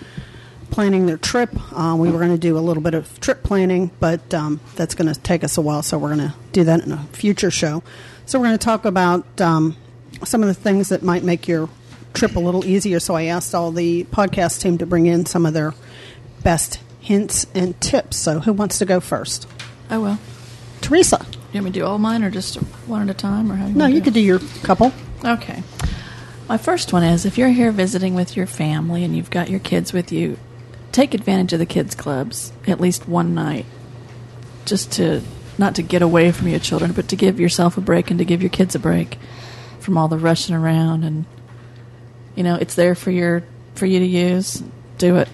S1: planning their trip. Uh, we were going to do a little bit of trip planning, but um, that's going to take us a while, so we're going to do that in a future show. So we're going to talk about um, some of the things that might make your trip a little easier. So I asked all the podcast team to bring in some of their best hints and tips. So who wants to go first?
S3: Oh well.
S1: Teresa.
S3: You want me to do all mine or just one at a time or how? You
S1: No,
S3: wanna
S1: you
S3: do it?
S1: could do your couple.
S3: Okay. My first one is if you're here visiting with your family and you've got your kids with you, take advantage of the kids clubs at least one night just to not to get away from your children, but to give yourself a break and to give your kids a break from all the rushing around and you know, it's there for your for you to use. Do it.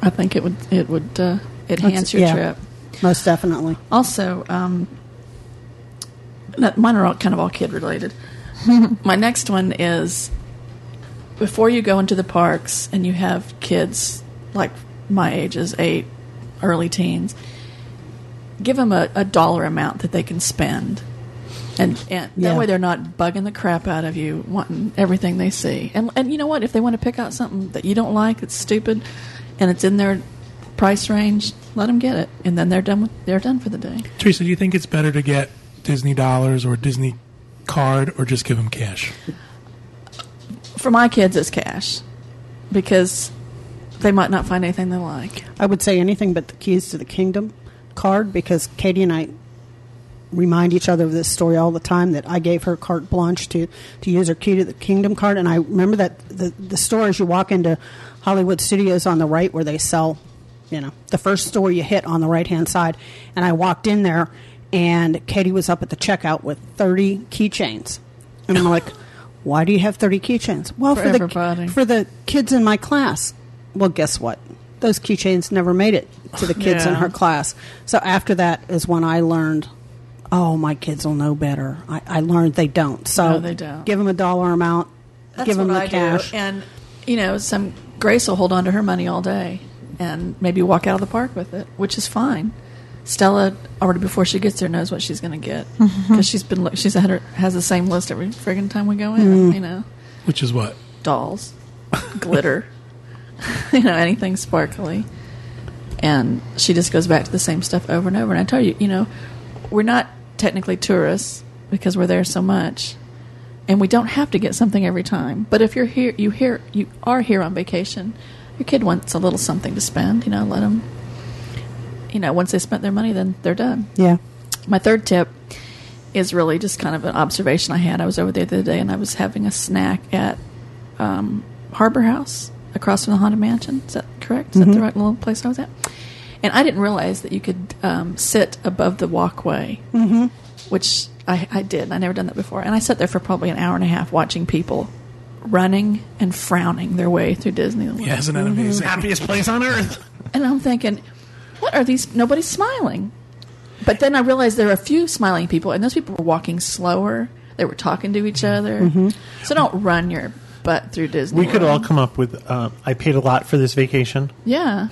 S3: I think it would it would uh, enhance your
S1: yeah,
S3: trip.
S1: Most definitely.
S3: Also, um, no, mine are all kind of all kid related. My next one is before you go into the parks and you have kids like my ages, eight, early teens, give them a, a dollar amount that they can spend. And, and
S1: Yeah.
S3: that way they're not bugging the crap out of you, wanting everything they see. And, and you know what? If they want to pick out something that you don't like, it's stupid, and it's in their price range, let them get it. And then they're done, with, they're done for the day.
S5: Teresa, do you think it's better to get Disney dollars or Disney card or just give them cash?
S3: For my kids, it's cash because they might not find anything they like.
S1: I would say anything but the keys to the kingdom card because Katie and I remind each other of this story all the time that I gave her carte blanche to, to use her key to the kingdom card. And I remember that the, the store as you walk into Hollywood Studios on the right where they sell, you know, the first store you hit on the right hand side. And I walked in there and Katie was up at the checkout with 30 keychains. And I'm like, why do you have 30 keychains? Well,
S3: For
S1: for, the,
S3: everybody.
S1: for the kids in my class. Well, guess what? Those keychains never made it to the kids in
S3: Yeah.
S1: her class. So after that is when I learned, oh, my kids will know better. I, I learned they don't. So
S3: No, they don't.
S1: give them a dollar amount,
S3: That's
S1: give them
S3: what
S1: the
S3: I do.
S1: cash.
S3: And, you know, some Grace will hold on to her money all day and maybe walk out of the park with it, which is fine. Stella already before she gets there knows what she's going to get because she's been look- she's had her has the same list every friggin' time we go in. You know,
S5: Which is what?
S3: dolls, glitter, <laughs> you know, anything sparkly. And she just goes back to the same stuff over and over. And I tell you, you know, we're not technically tourists because we're there so much, and we don't have to get something every time. But if you're here, you here, you are here on vacation. Your kid wants a little something to spend. You know, let them. You know, once they spent their money, then they're done.
S1: Yeah.
S3: My third tip is really just kind of an observation I had. I was over there the other day and I was having a snack at um, Harbor House across from the Haunted Mansion. Is that correct? Is that the right little place I was at? And I didn't realize that you could um, sit above the walkway, mm-hmm. which I, I did. I never done that before. And I sat there for probably an hour and a half watching people running and frowning their way through Disneyland.
S5: Yeah, isn't that amazing?
S2: Happiest place on earth.
S3: And I'm thinking, what are these? Nobody's smiling. But then I realized there were a few smiling people, and those people were walking slower. They were talking to each other. So don't run your butt through Disney.
S2: Mm-hmm. We could all
S3: World.
S2: come up with. Uh, I paid a lot for this vacation.
S3: Yeah,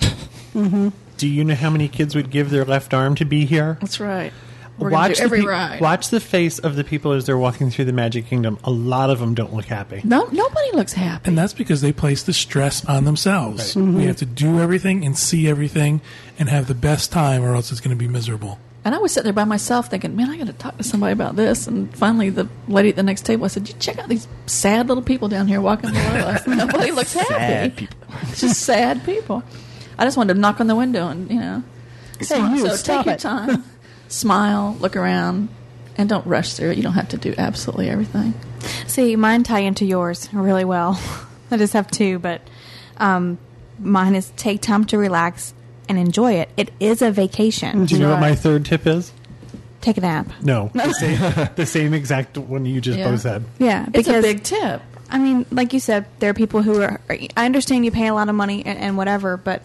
S2: Do you know how many kids would give their left arm to be here?
S3: that's right. We're gonna do
S2: the
S3: every
S2: pe-
S3: ride.
S2: Watch the face of the people as they're walking through the Magic Kingdom. A lot of them don't look happy.
S3: No, nobody looks happy.
S5: And that's because they place the stress on themselves. We have to do everything and see everything and have the best time, or else it's going to be miserable.
S3: And I was sitting there by myself thinking, man, I got to talk to somebody about this. And finally, the lady at the next table, I said, you check out these sad little people down here walking below us.
S6: <laughs>
S3: Nobody looks happy. <laughs>
S4: Sad people.
S3: It's just sad people. I just wanted to knock on the window and, you know,
S1: Hey, you,
S3: so
S1: stop
S3: take your
S1: it.
S6: <laughs>
S3: time, smile, look around, and don't rush through it. You don't have to do absolutely everything.
S6: See, mine tie into yours really well. <laughs> I just have two, but um, mine is take time to relax and enjoy it. It is a vacation.
S2: Do you know what
S3: Right.
S2: my third tip is?
S6: Take a nap.
S3: <laughs>
S2: No, the same, the same exact one you just
S3: Yeah.
S2: both said.
S6: Yeah,
S3: It's a
S6: because
S3: big tip.
S6: I mean, like you said, there are people who are. I understand you pay a lot of money and, and whatever, but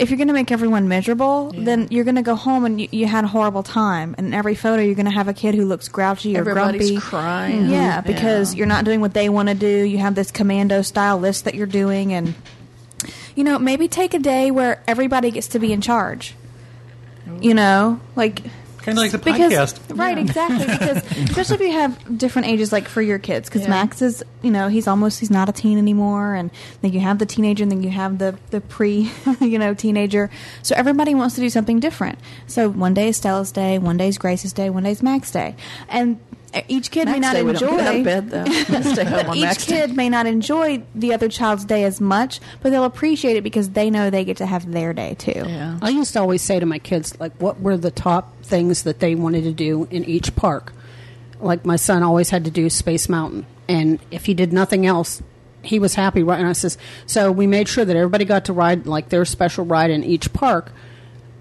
S6: if you're going to make everyone miserable,
S3: Yeah.
S6: then you're going to go home and you, you had a horrible time. And in every photo, you're going to have a kid who looks grouchy or
S3: Everybody's
S6: grumpy.
S3: crying.
S6: Yeah, because
S3: Yeah.
S6: you're not doing what they want to do. You have this commando style list that you're doing, and you know, maybe take a day where everybody gets to be in charge. You know, like
S2: Kinda like the podcast.
S6: right? Exactly,
S3: <laughs>
S6: because especially if you have different ages, like for your kids, because
S3: Yeah.
S6: Max is, you know, he's almost he's not a teen anymore, and then you have the teenager, and then you have the the pre, <laughs> you know, teenager. So everybody wants to do something different. So one day is Stella's day, one day is Grace's day, one day is Max's day, and e, each kid may
S3: Max
S6: not
S3: Day, we
S6: enjoy.
S3: don't get out of bed, though.
S6: <laughs>
S3: Stay home on
S6: Each
S3: Max Day.
S6: kid may not enjoy the other child's day as much, but they'll appreciate it because they know they get to have their day too.
S3: Yeah.
S7: I used to always say to my kids, like, what were the top things that they wanted to do in each park? Like, my son always had to do Space Mountain. And if he did nothing else, he was happy. Right? And I says, so we made sure that everybody got to ride, like, their special ride in each park.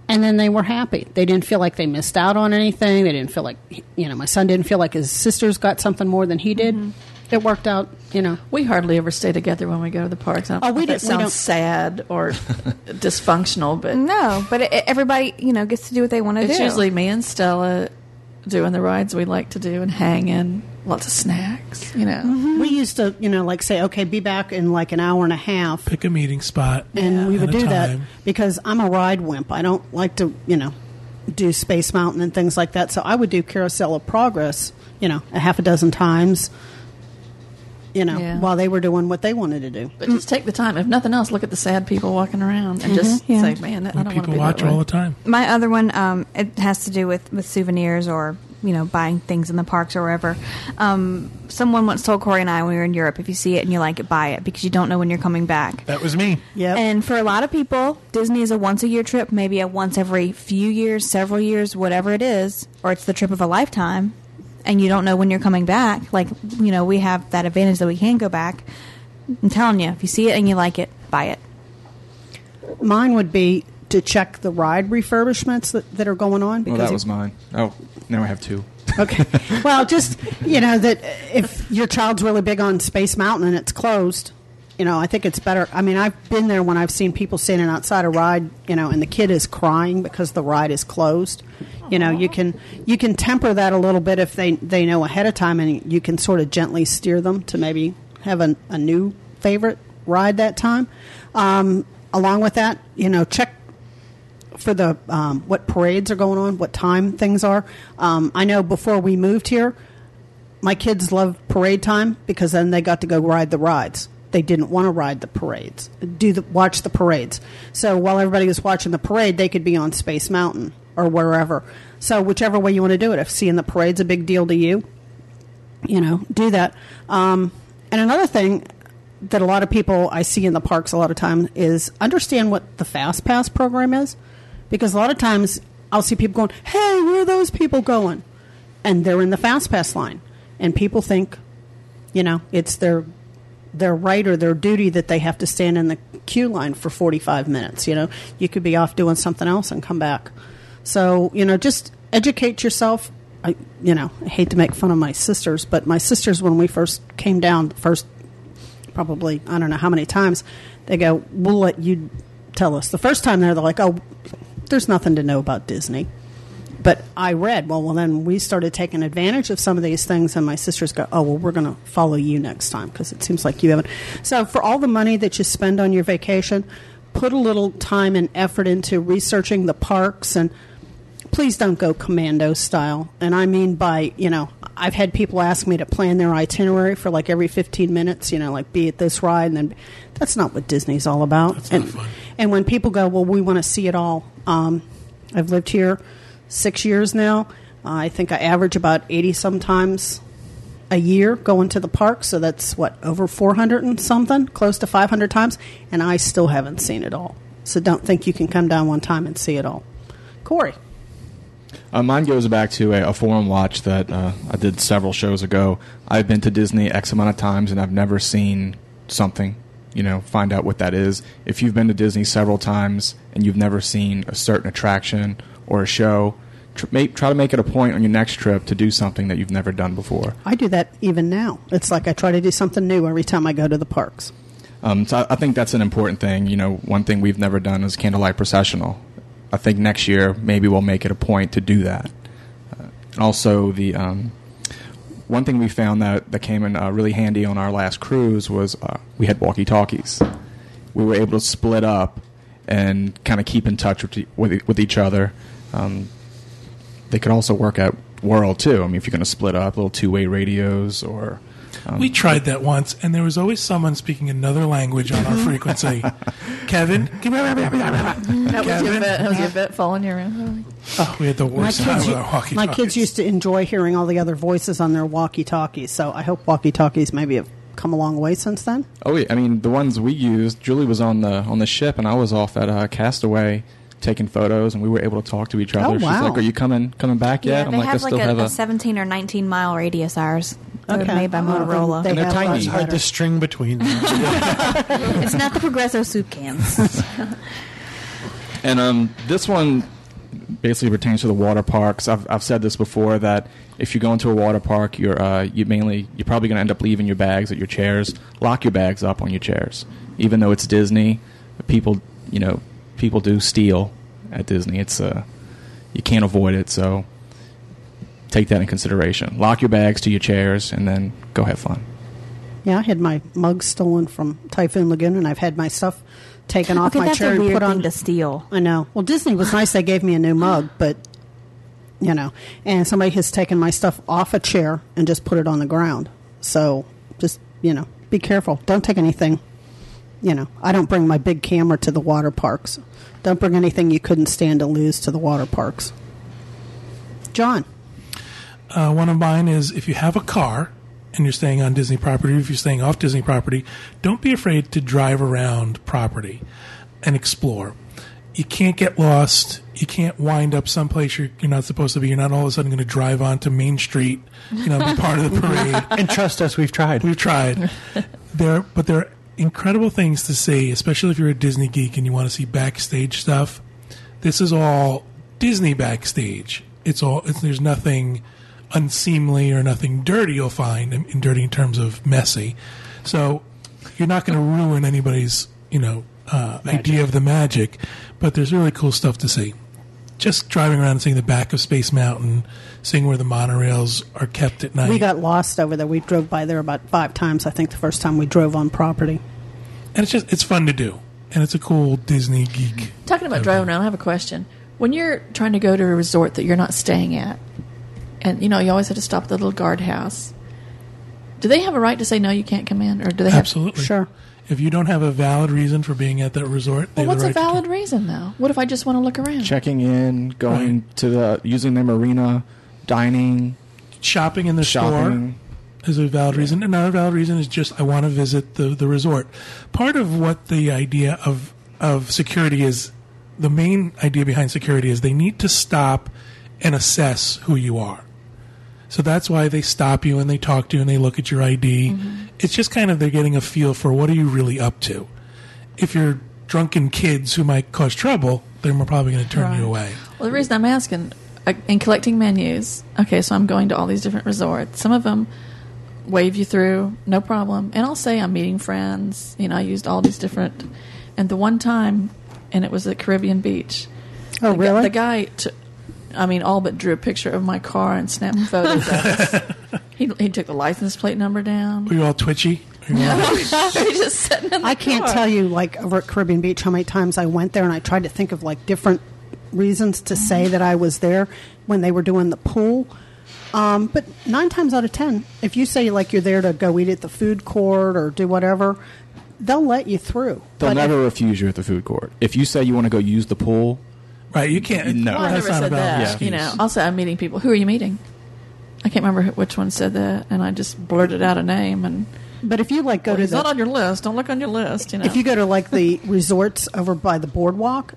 S7: And then they were happy. They didn't feel like they missed out on anything. They didn't feel like, you know, my son didn't feel like his sisters got something more than he did. It worked out, you know.
S3: We hardly ever stay together when we go to the parks. I don't
S7: Oh, we
S3: know if
S7: don't-
S3: that
S7: we
S3: sounds
S7: don't-
S3: sad <laughs> or dysfunctional, but
S6: No, but it, it- everybody, you know, gets to do what they want to do.
S3: it's usually me and Stella doing the rides we like to do and hanging, lots of snacks, you know.
S7: Mm-hmm.
S1: We used to, you know, like say, okay, be back in like an hour and a half.
S5: Pick a meeting spot.
S1: And we would
S5: and a
S1: do that
S5: time.
S1: because I'm a ride wimp. I don't like to, you know, do Space Mountain and things like that. So I would do Carousel of Progress, you know, a half a dozen times, you know,
S3: Yeah.
S1: while they were doing what they wanted to do.
S3: But just take the time. If nothing else, look at the sad people walking around and
S7: Mm-hmm.
S3: just
S6: Yeah.
S3: say, man, that, I don't want to
S5: People
S3: be
S5: watch
S3: that way.
S5: all the time.
S6: My other one, um, it has to do with, with souvenirs or you know buying things in the parks or wherever. Um, someone once told Corey and I when we were in Europe, if you see it and you like it, buy it because you don't know when you're coming back.
S2: That was me.
S1: Yep.
S6: And for a lot of people, Disney is a once a year trip, maybe a once every few years, several years, whatever it is, or it's the trip of a lifetime, and you don't know when you're coming back. Like, you know, we have that advantage that we can go back. I'm telling you, if you see it and you like it, buy it.
S1: Mine would be to check the ride refurbishments that, that are going on.
S4: Well, that
S1: it-
S4: was mine. Oh, now I have two.
S1: Okay. Well, just you know that if your child's really big on Space Mountain and it's closed, you know, I think it's better. I mean, I've been there when I've seen people standing outside a ride, you know, and the kid is crying because the ride is closed. You know, you can you can temper that a little bit if they they know ahead of time, and you can sort of gently steer them to maybe have a, a new favorite ride that time. Um, along with that, you know, check for the um, what parades are going on, what time things are. Um, I know before we moved here, my kids loved parade time because then they got to go ride the rides. They didn't want to ride the parades, do the watch the parades. So while everybody was watching the parade, they could be on Space Mountain. or wherever. So whichever way you want to do it, if seeing the parade's a big deal to you, you know, do that. Um, and another thing that a lot of people I see in the parks a lot of time is understand what the fast pass program is, because a lot of times I'll see people going, "Hey, where are those people going?" and they're in the fast pass line, and people think, you know, it's their their right or their duty that they have to stand in the queue line for 45 minutes. You know, you could be off doing something else and come back. So, you know, just educate yourself. I, you know, I hate to make fun of my sisters, but my sisters, when we first came down, the first probably, I don't know how many times, they go, We'll let you tell us. The first time there, they're like, Oh, there's nothing to know about Disney. But I read, well, well, then we started taking advantage of some of these things, and my sisters go, oh, well, we're going to follow you next time because it seems like you haven't. So, for all the money that you spend on your vacation, put a little time and effort into researching the parks and please don't go commando style. And I mean by, you know, I've had people ask me to plan their itinerary for like every 15 minutes, you know, like be at this ride and then that's not what Disney's all about. and, and when people go, well, we want to see it all. Um, I've lived here six years now. Uh, I think I average about 80 sometimes a year going to the park. So that's what, over 400 and something, close to 500 times. And I still haven't seen it all. So don't think you can come down one time and see it all. Corey.
S4: Uh, mine goes back to a, a forum watch that uh, I did several shows ago. I've been to Disney X amount of times and I've never seen something. You know, find out what that is. If you've been to Disney several times and you've never seen a certain attraction or a show, tr- make, try to make it a point on your next trip to do something that you've never done before.
S1: I do that even now. It's like I try to do something new every time I go to the parks.
S4: Um, so I, I think that's an important thing. You know, one thing we've never done is candlelight processional. I think next year maybe we'll make it a point to do that. Uh, and also the um, one thing we found that that came in uh, really handy on our last cruise was uh, we had walkie talkies. We were able to split up and kind of keep in touch with e- with, e- with each other. Um, they could also work at World too. I mean, if you're going to split up, little two way radios or um,
S5: We tried that once, and there was always someone speaking another language on
S1: Mm-hmm.
S5: our frequency.
S1: <laughs>
S5: Kevin,
S3: That was your
S5: Kevin?
S3: bit. That was your bit following you around.
S5: Oh, we had the worst time with our walkie
S1: my kids used to enjoy hearing all the other voices on their walkie talkies. So I hope walkie talkies maybe have come a long way since then.
S4: Oh yeah, I mean the ones we used. Julie was on the on the ship, and I was off at uh, Castaway taking photos, and we were able to talk to each other.
S1: Oh,
S4: She's
S1: wow.
S4: like, "Are you coming coming back yet?"
S6: Yeah,
S4: I'm
S6: they
S4: like,
S6: have
S4: "I
S6: like
S4: still
S6: a,
S4: have
S6: a 17 or 19 mile radius ours. They're
S1: Okay.
S6: Made by
S1: Oh, then
S6: Motorola.
S1: they
S4: And they're
S1: have lots
S4: tiny.
S2: It's hard
S1: better.
S2: to string between them.
S6: it's not <laughs> the Progresso soup cans.
S4: And um, this one basically pertains to the water parks. I've, I've said this before that if you go into a water park, you're uh, you mainly you're probably going to end up leaving your bags at your chairs. Lock your bags up on your chairs, even though it's Disney. People, you know, people do steal at Disney. It's uh, you can't avoid it. So take that in consideration. Lock your bags to your chairs, and then go have fun.
S1: Yeah, I had my mug stolen from Typhoon Lagoon, and I've had my stuff taken off
S6: okay,
S1: my
S6: that's
S1: chair
S6: a
S1: and
S6: weird
S1: put on.
S6: thing to steal.
S1: I know. Well, Disney was nice; they gave me a new mug, but you know, and somebody has taken my stuff off a chair and just put it on the ground. So just you know, be careful. Don't take anything. You know, I don't bring my big camera to the water parks. Don't bring anything you couldn't stand to lose to the water parks. John,
S5: Uh, one of mine is if you have a car and you're staying on Disney property, if you're staying off Disney property, don't be afraid to drive around property and explore. You can't get lost. You can't wind up someplace you're, you're not supposed to be. You're not all of a sudden going to drive onto Main Street, you know, be part
S1: <laughs>
S5: of the parade.
S2: and trust us, we've tried.
S5: We've tried. there, but there are incredible things to see, especially if you're a Disney geek and you want to see backstage stuff. This is all Disney backstage. It's all. It's, there's nothing unseemly or nothing dirty you'll find, in, in dirty in terms of messy. So you're not going to ruin anybody's, you know, uh, idea of the magic. But there's really cool stuff to see. Just driving around and seeing the back of Space Mountain, seeing where the monorails are kept at night.
S1: we got lost over there. We drove by there about five times, I think, the first time we drove on property.
S5: and it's just it's fun to do and it's a cool disney geek
S3: Talking about driving around, I have a question. When you're trying to go to a resort that you're not staying at, and you know you always have to stop at the little guard house, Do they have a right to say no? You can't come in, or do they have?
S5: Absolutely.
S1: Sure.
S5: If you don't have a valid reason for being at that resort, they
S3: Well,
S5: have
S3: what's
S5: the
S3: a
S5: right to
S3: valid reason though? What if I just want to look around?
S4: Checking in, going to the using their marina, dining,
S5: keep- shopping in the store.
S4: shopping.
S5: is a valid reason. Another valid reason is just I want to visit the, the resort. Part of what the idea of of security is the main idea behind security is they need to stop and assess who you are. So that's why they stop you and they talk to you and they look at your ID.
S3: Mm-hmm.
S5: It's just kind of they're getting a feel for what are you really up to. If you're drunken kids who might cause trouble, they're more probably going to turn you away.
S3: Well, the reason I'm asking, uh, in collecting menus, okay, so I'm going to all these different resorts. Some of them wave you through, no problem. And I'll say I'm meeting friends. You know, I used all these different. And the one time, and it was at Caribbean Beach.
S1: Oh,
S3: the, gu-
S1: really?
S3: The guy, t- I mean, all but drew a picture of my car and snapped photos of us.
S1: <laughs>
S3: He, he took the license plate number down.
S5: Are you all twitchy? Are you all-
S3: He's just sitting in the
S1: I can't
S3: car.
S1: tell you, like over at Caribbean Beach, how many times I went there and I tried to think of like different reasons
S3: Mm-hmm.
S1: to say that I was there when they were doing the pool. Um, but nine times out of ten, if you say like you're there to go eat at the food court or do whatever, they'll let you through.
S4: They'll
S1: But
S4: never refuse you at the food court. If you say you want to go use the pool,
S5: Right, you can't.
S4: No.
S3: Well, I
S5: that's
S3: never
S5: not a
S3: said
S5: valid
S3: that.
S5: excuse.
S3: You know, also I'm meeting people. Who are you meeting? I can't remember who- which one said that, and I just blurted out a name. And
S1: if, but if you like go
S3: well,
S1: to
S3: he's
S1: the,
S3: not on your list. Don't look on your list. You know,
S1: If you go to like
S3: <laughs>
S1: the resorts over by the boardwalk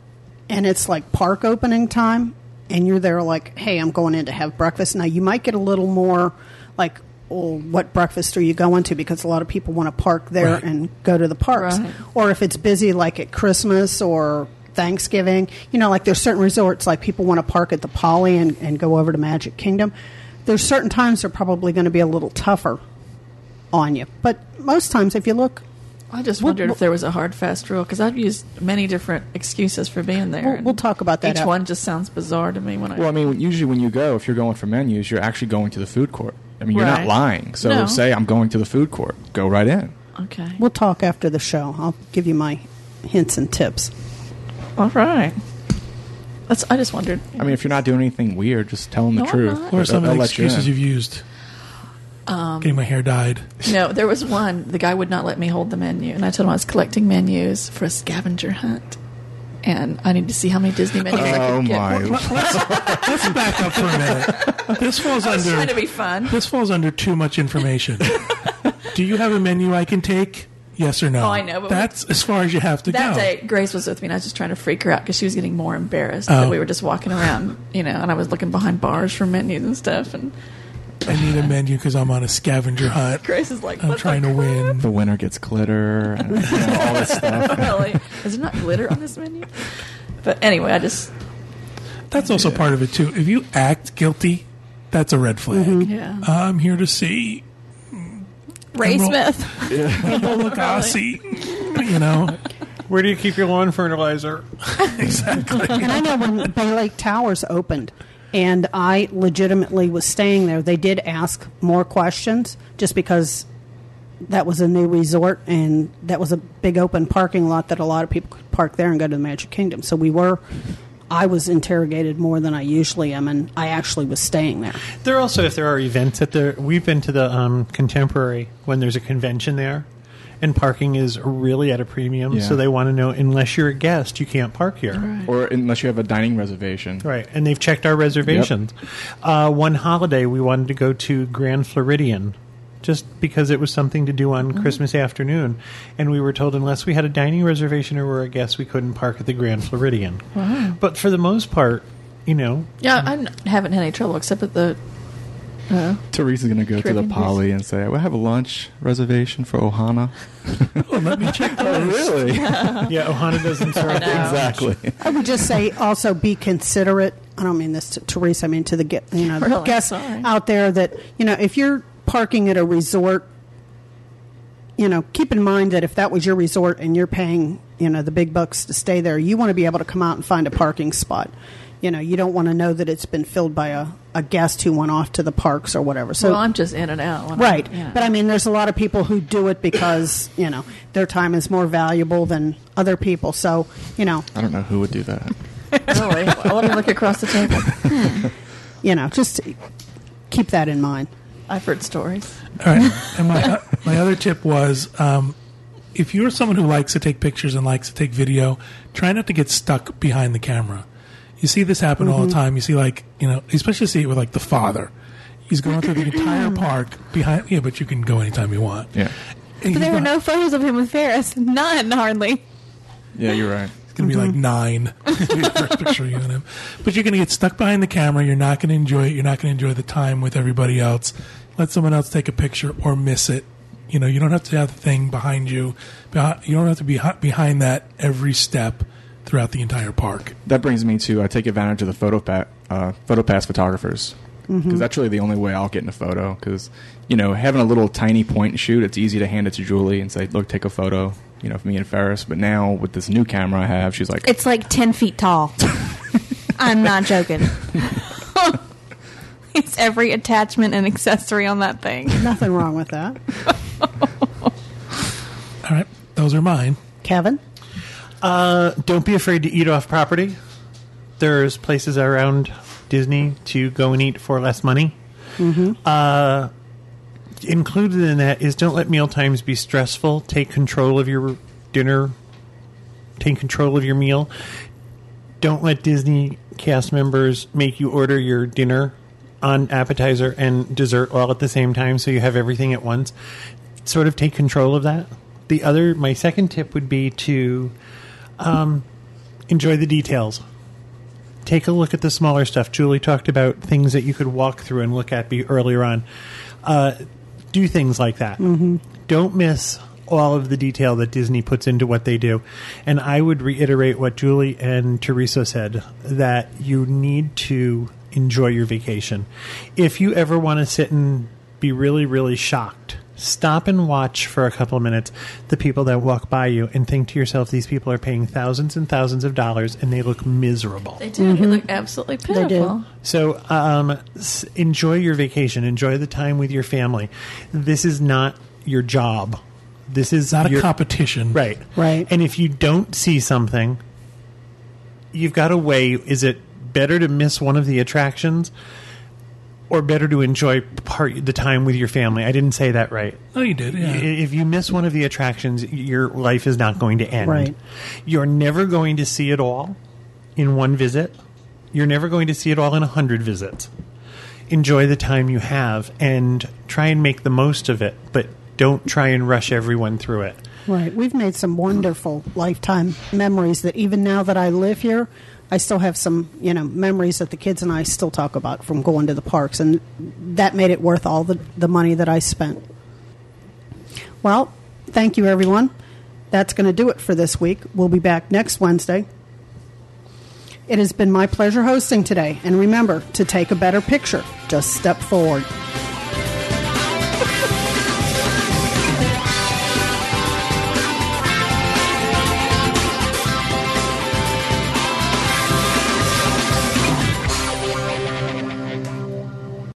S1: and it's like park opening time and you're there like, hey, I'm going in to have breakfast. Now you might get a little more like, well, what breakfast are you going to? Because a lot of people want to park there
S5: Right.
S1: and go to the parks.
S3: Right.
S1: Or if it's busy like at Christmas or Thanksgiving, you know, like there's certain resorts like people want to park at the Poly and, and go over to Magic Kingdom. There's certain times they're probably going to be a little tougher on you. But most times if you look
S3: I just
S1: Well,
S3: wondered
S1: well-
S3: if there was a hard fast rule because I've used many different excuses for being there.
S1: We'll-
S3: and
S1: we'll talk about that
S3: Each
S1: out-
S3: one just sounds bizarre to me when I.
S4: well, I mean, usually when you go, if you're going for menus, you're actually going to the food court. I mean, you're not
S3: Right.
S4: lying. So
S3: No.
S4: say I'm going to the food court. Go right in.
S3: okay.
S1: We'll talk after the show. I'll give you my hints and tips.
S3: all right. That's. I just wondered.
S4: I mean, if you're not doing anything weird, just tell them
S3: No,
S4: the
S3: I'm
S4: truth.
S3: not.
S5: What are some of
S4: They'll
S5: the
S4: let you
S5: excuses
S4: in.
S5: you've used?
S3: Um,
S5: Getting my hair dyed.
S3: No, there was one. The guy would not let me hold the menu, and I told him I was collecting menus for a scavenger hunt, and I need to see how many Disney menus I
S4: Oh
S3: could get.
S4: my!
S5: Let's back up for a minute. This falls
S3: I was trying to
S5: under
S1: <laughs>
S3: be fun.
S5: this falls under too
S3: <laughs>
S5: much information. Do you have a menu I can take? Yes or no?
S3: Oh, I know, but-
S5: That's as far as you have to
S3: That
S5: go.
S3: day, Grace was with me, and I was just trying to freak her out because she was getting more embarrassed that
S5: Oh.
S3: we were just walking around, you know, and I was looking behind bars for menus and stuff. And
S5: I need a menu because I'm on a scavenger hunt.
S3: Grace is like,
S5: I'm
S3: "What the
S5: trying to win.
S4: the winner gets glitter. And,
S3: <laughs>
S4: you know, all this stuff.
S3: crap?" <laughs> really? Is there not glitter on this menu? But anyway, I just
S5: That's also part of it too. If you act guilty, that's a red flag.
S3: yeah.
S5: I'm here
S3: <laughs>
S5: to see
S3: Ray
S5: Emerald-
S3: Smith.
S5: Lola Gassi. You know,
S2: Where do you keep your lawn fertilizer?
S1: And I know when Bay Lake Towers opened and I legitimately was staying there, they did ask more questions just because that was a new resort and that was a big open parking lot that a lot of people could park there and go to the Magic Kingdom. So we were. I was interrogated more than I usually am, and I actually was staying there.
S2: There also, if there are events at the, we've been to the um, Contemporary when there's a convention there, and parking is really at a premium.
S4: Yeah.
S2: So they want to know unless you're a guest, you can't park here.
S4: Or unless you have a dining reservation.
S2: Right, and they've checked our reservations. Uh, one holiday, we wanted to go to Grand Floridian just because it was something to do
S4: Mm-hmm.
S2: on Christmas afternoon. And we were told unless we had a dining reservation or were a guest, we couldn't park at the Grand Floridian. But for the most part, you know,
S3: Yeah, I n- haven't had any trouble except at the.
S4: Teresa's gonna go to
S3: Caribbean
S4: the Poly and say, "I have a lunch reservation for Ohana."
S5: well, let me check.
S4: <laughs> Oh, really?
S2: yeah, Ohana
S4: <laughs>
S2: doesn't serve.
S4: exactly.
S1: I would just say also be considerate. I don't mean this to Teresa. I mean to the gu- you know the
S3: Really?
S1: guests
S3: Sorry.
S1: out there that you know if you're parking at a resort, you know keep in mind that if that was your resort and you're paying you know the big bucks to stay there, you want to be able to come out and find a parking spot. You know you don't want to know that it's been filled by a, a guest who went off to the parks or whatever. So
S3: well, I'm just in and out. when I-
S1: Right.
S3: yeah.
S1: But I mean, there's a lot of people who do it because, you know, their time is more valuable than other people. So, you know,
S4: I don't know who would do that.
S3: really, let me look across the table.
S1: you know, just keep that in mind.
S3: I've heard stories.
S5: All right. And my <laughs> my other tip was um, if you're someone who likes to take pictures and likes to take video, try not to get stuck behind the camera. You see this happen
S6: Mm-hmm.
S5: all the time. You see like you know, especially see it with like the father. He's going through the
S6: <clears throat>
S5: entire park behind. Yeah, but you can go anytime you want.
S4: Yeah.
S6: But
S5: And he's
S6: <laughs> there were
S5: not-
S6: no photos of him with Ferris. None, hardly.
S4: Yeah, you're right.
S5: It's going to be like nine. <laughs> First picture of you and him. But you're going to get stuck behind the camera. You're not going to enjoy it. You're not going to enjoy the time with everybody else. Let someone else take a picture or miss it. You know, you don't have to have the thing behind you. Behi- You don't have to be hi- behind that every step throughout the entire park.
S4: That brings me to I take advantage of the photo pa- uh, photo pass photographers because that's really the only way I'll get in a photo. Because you know, having a little tiny point and shoot, it's easy to hand it to Julie and say, "Look, take a photo." You know, of me and Ferris. But now with this new camera I have, she's like,
S6: It's like 10 feet <laughs> tall. I'm not joking. <laughs> it's every attachment and accessory on that thing.
S1: Nothing wrong with that.
S5: All right. Those are mine.
S1: Kevin?
S2: Uh, don't be afraid to eat off property. There's places around Disney to go and eat for less money. Uh, included in that is don't let meal times be stressful. Take control of your dinner. Take control of your meal. Don't let Disney cast members make you order your dinner on appetizer and dessert all at the same time so you have everything at once. Sort of take control of that. The other, my second tip would be to enjoy the details. Take a look at the smaller stuff. Julie talked about things that you could walk through and look at be earlier on. Uh, do things like that. Don't miss all of the detail that Disney puts into what they do. And I would reiterate what Julie and Teresa said that you need to enjoy your vacation. If you ever want to sit and be really, really shocked. Stop and watch for a couple of minutes the people that walk by you and think to yourself, these people are paying thousands and thousands of dollars and they look miserable.
S3: They do. They
S5: Mm-hmm.
S3: look absolutely pitiful.
S2: So um, s- enjoy your vacation, enjoy the time with your family. This is not your job. This is
S5: Not a
S2: your,
S5: competition.
S2: Right.
S1: Right.
S2: And if you don't see something, you've got to weigh is it better to miss one of the attractions or better to enjoy part the time with your family? I didn't say that right.
S5: Oh, you did.
S2: I-
S5: Yeah.
S2: If you miss one of the attractions, your life is not going to end.
S1: Right.
S2: You're never going to see it all in one visit. You're never going to see it all in a hundred visits. Enjoy the time you have and try and make the most of it, but don't try and rush everyone through it.
S1: Right. We've made some wonderful lifetime memories that even now that I live here, I still have some, you know, memories that the kids and I still talk about from going to the parks and that made it worth all the, the money that I spent. Well, thank you everyone. That's going to do it for this week. We'll be back next Wednesday. It has been my pleasure hosting today, and remember to take a better picture. Just step forward.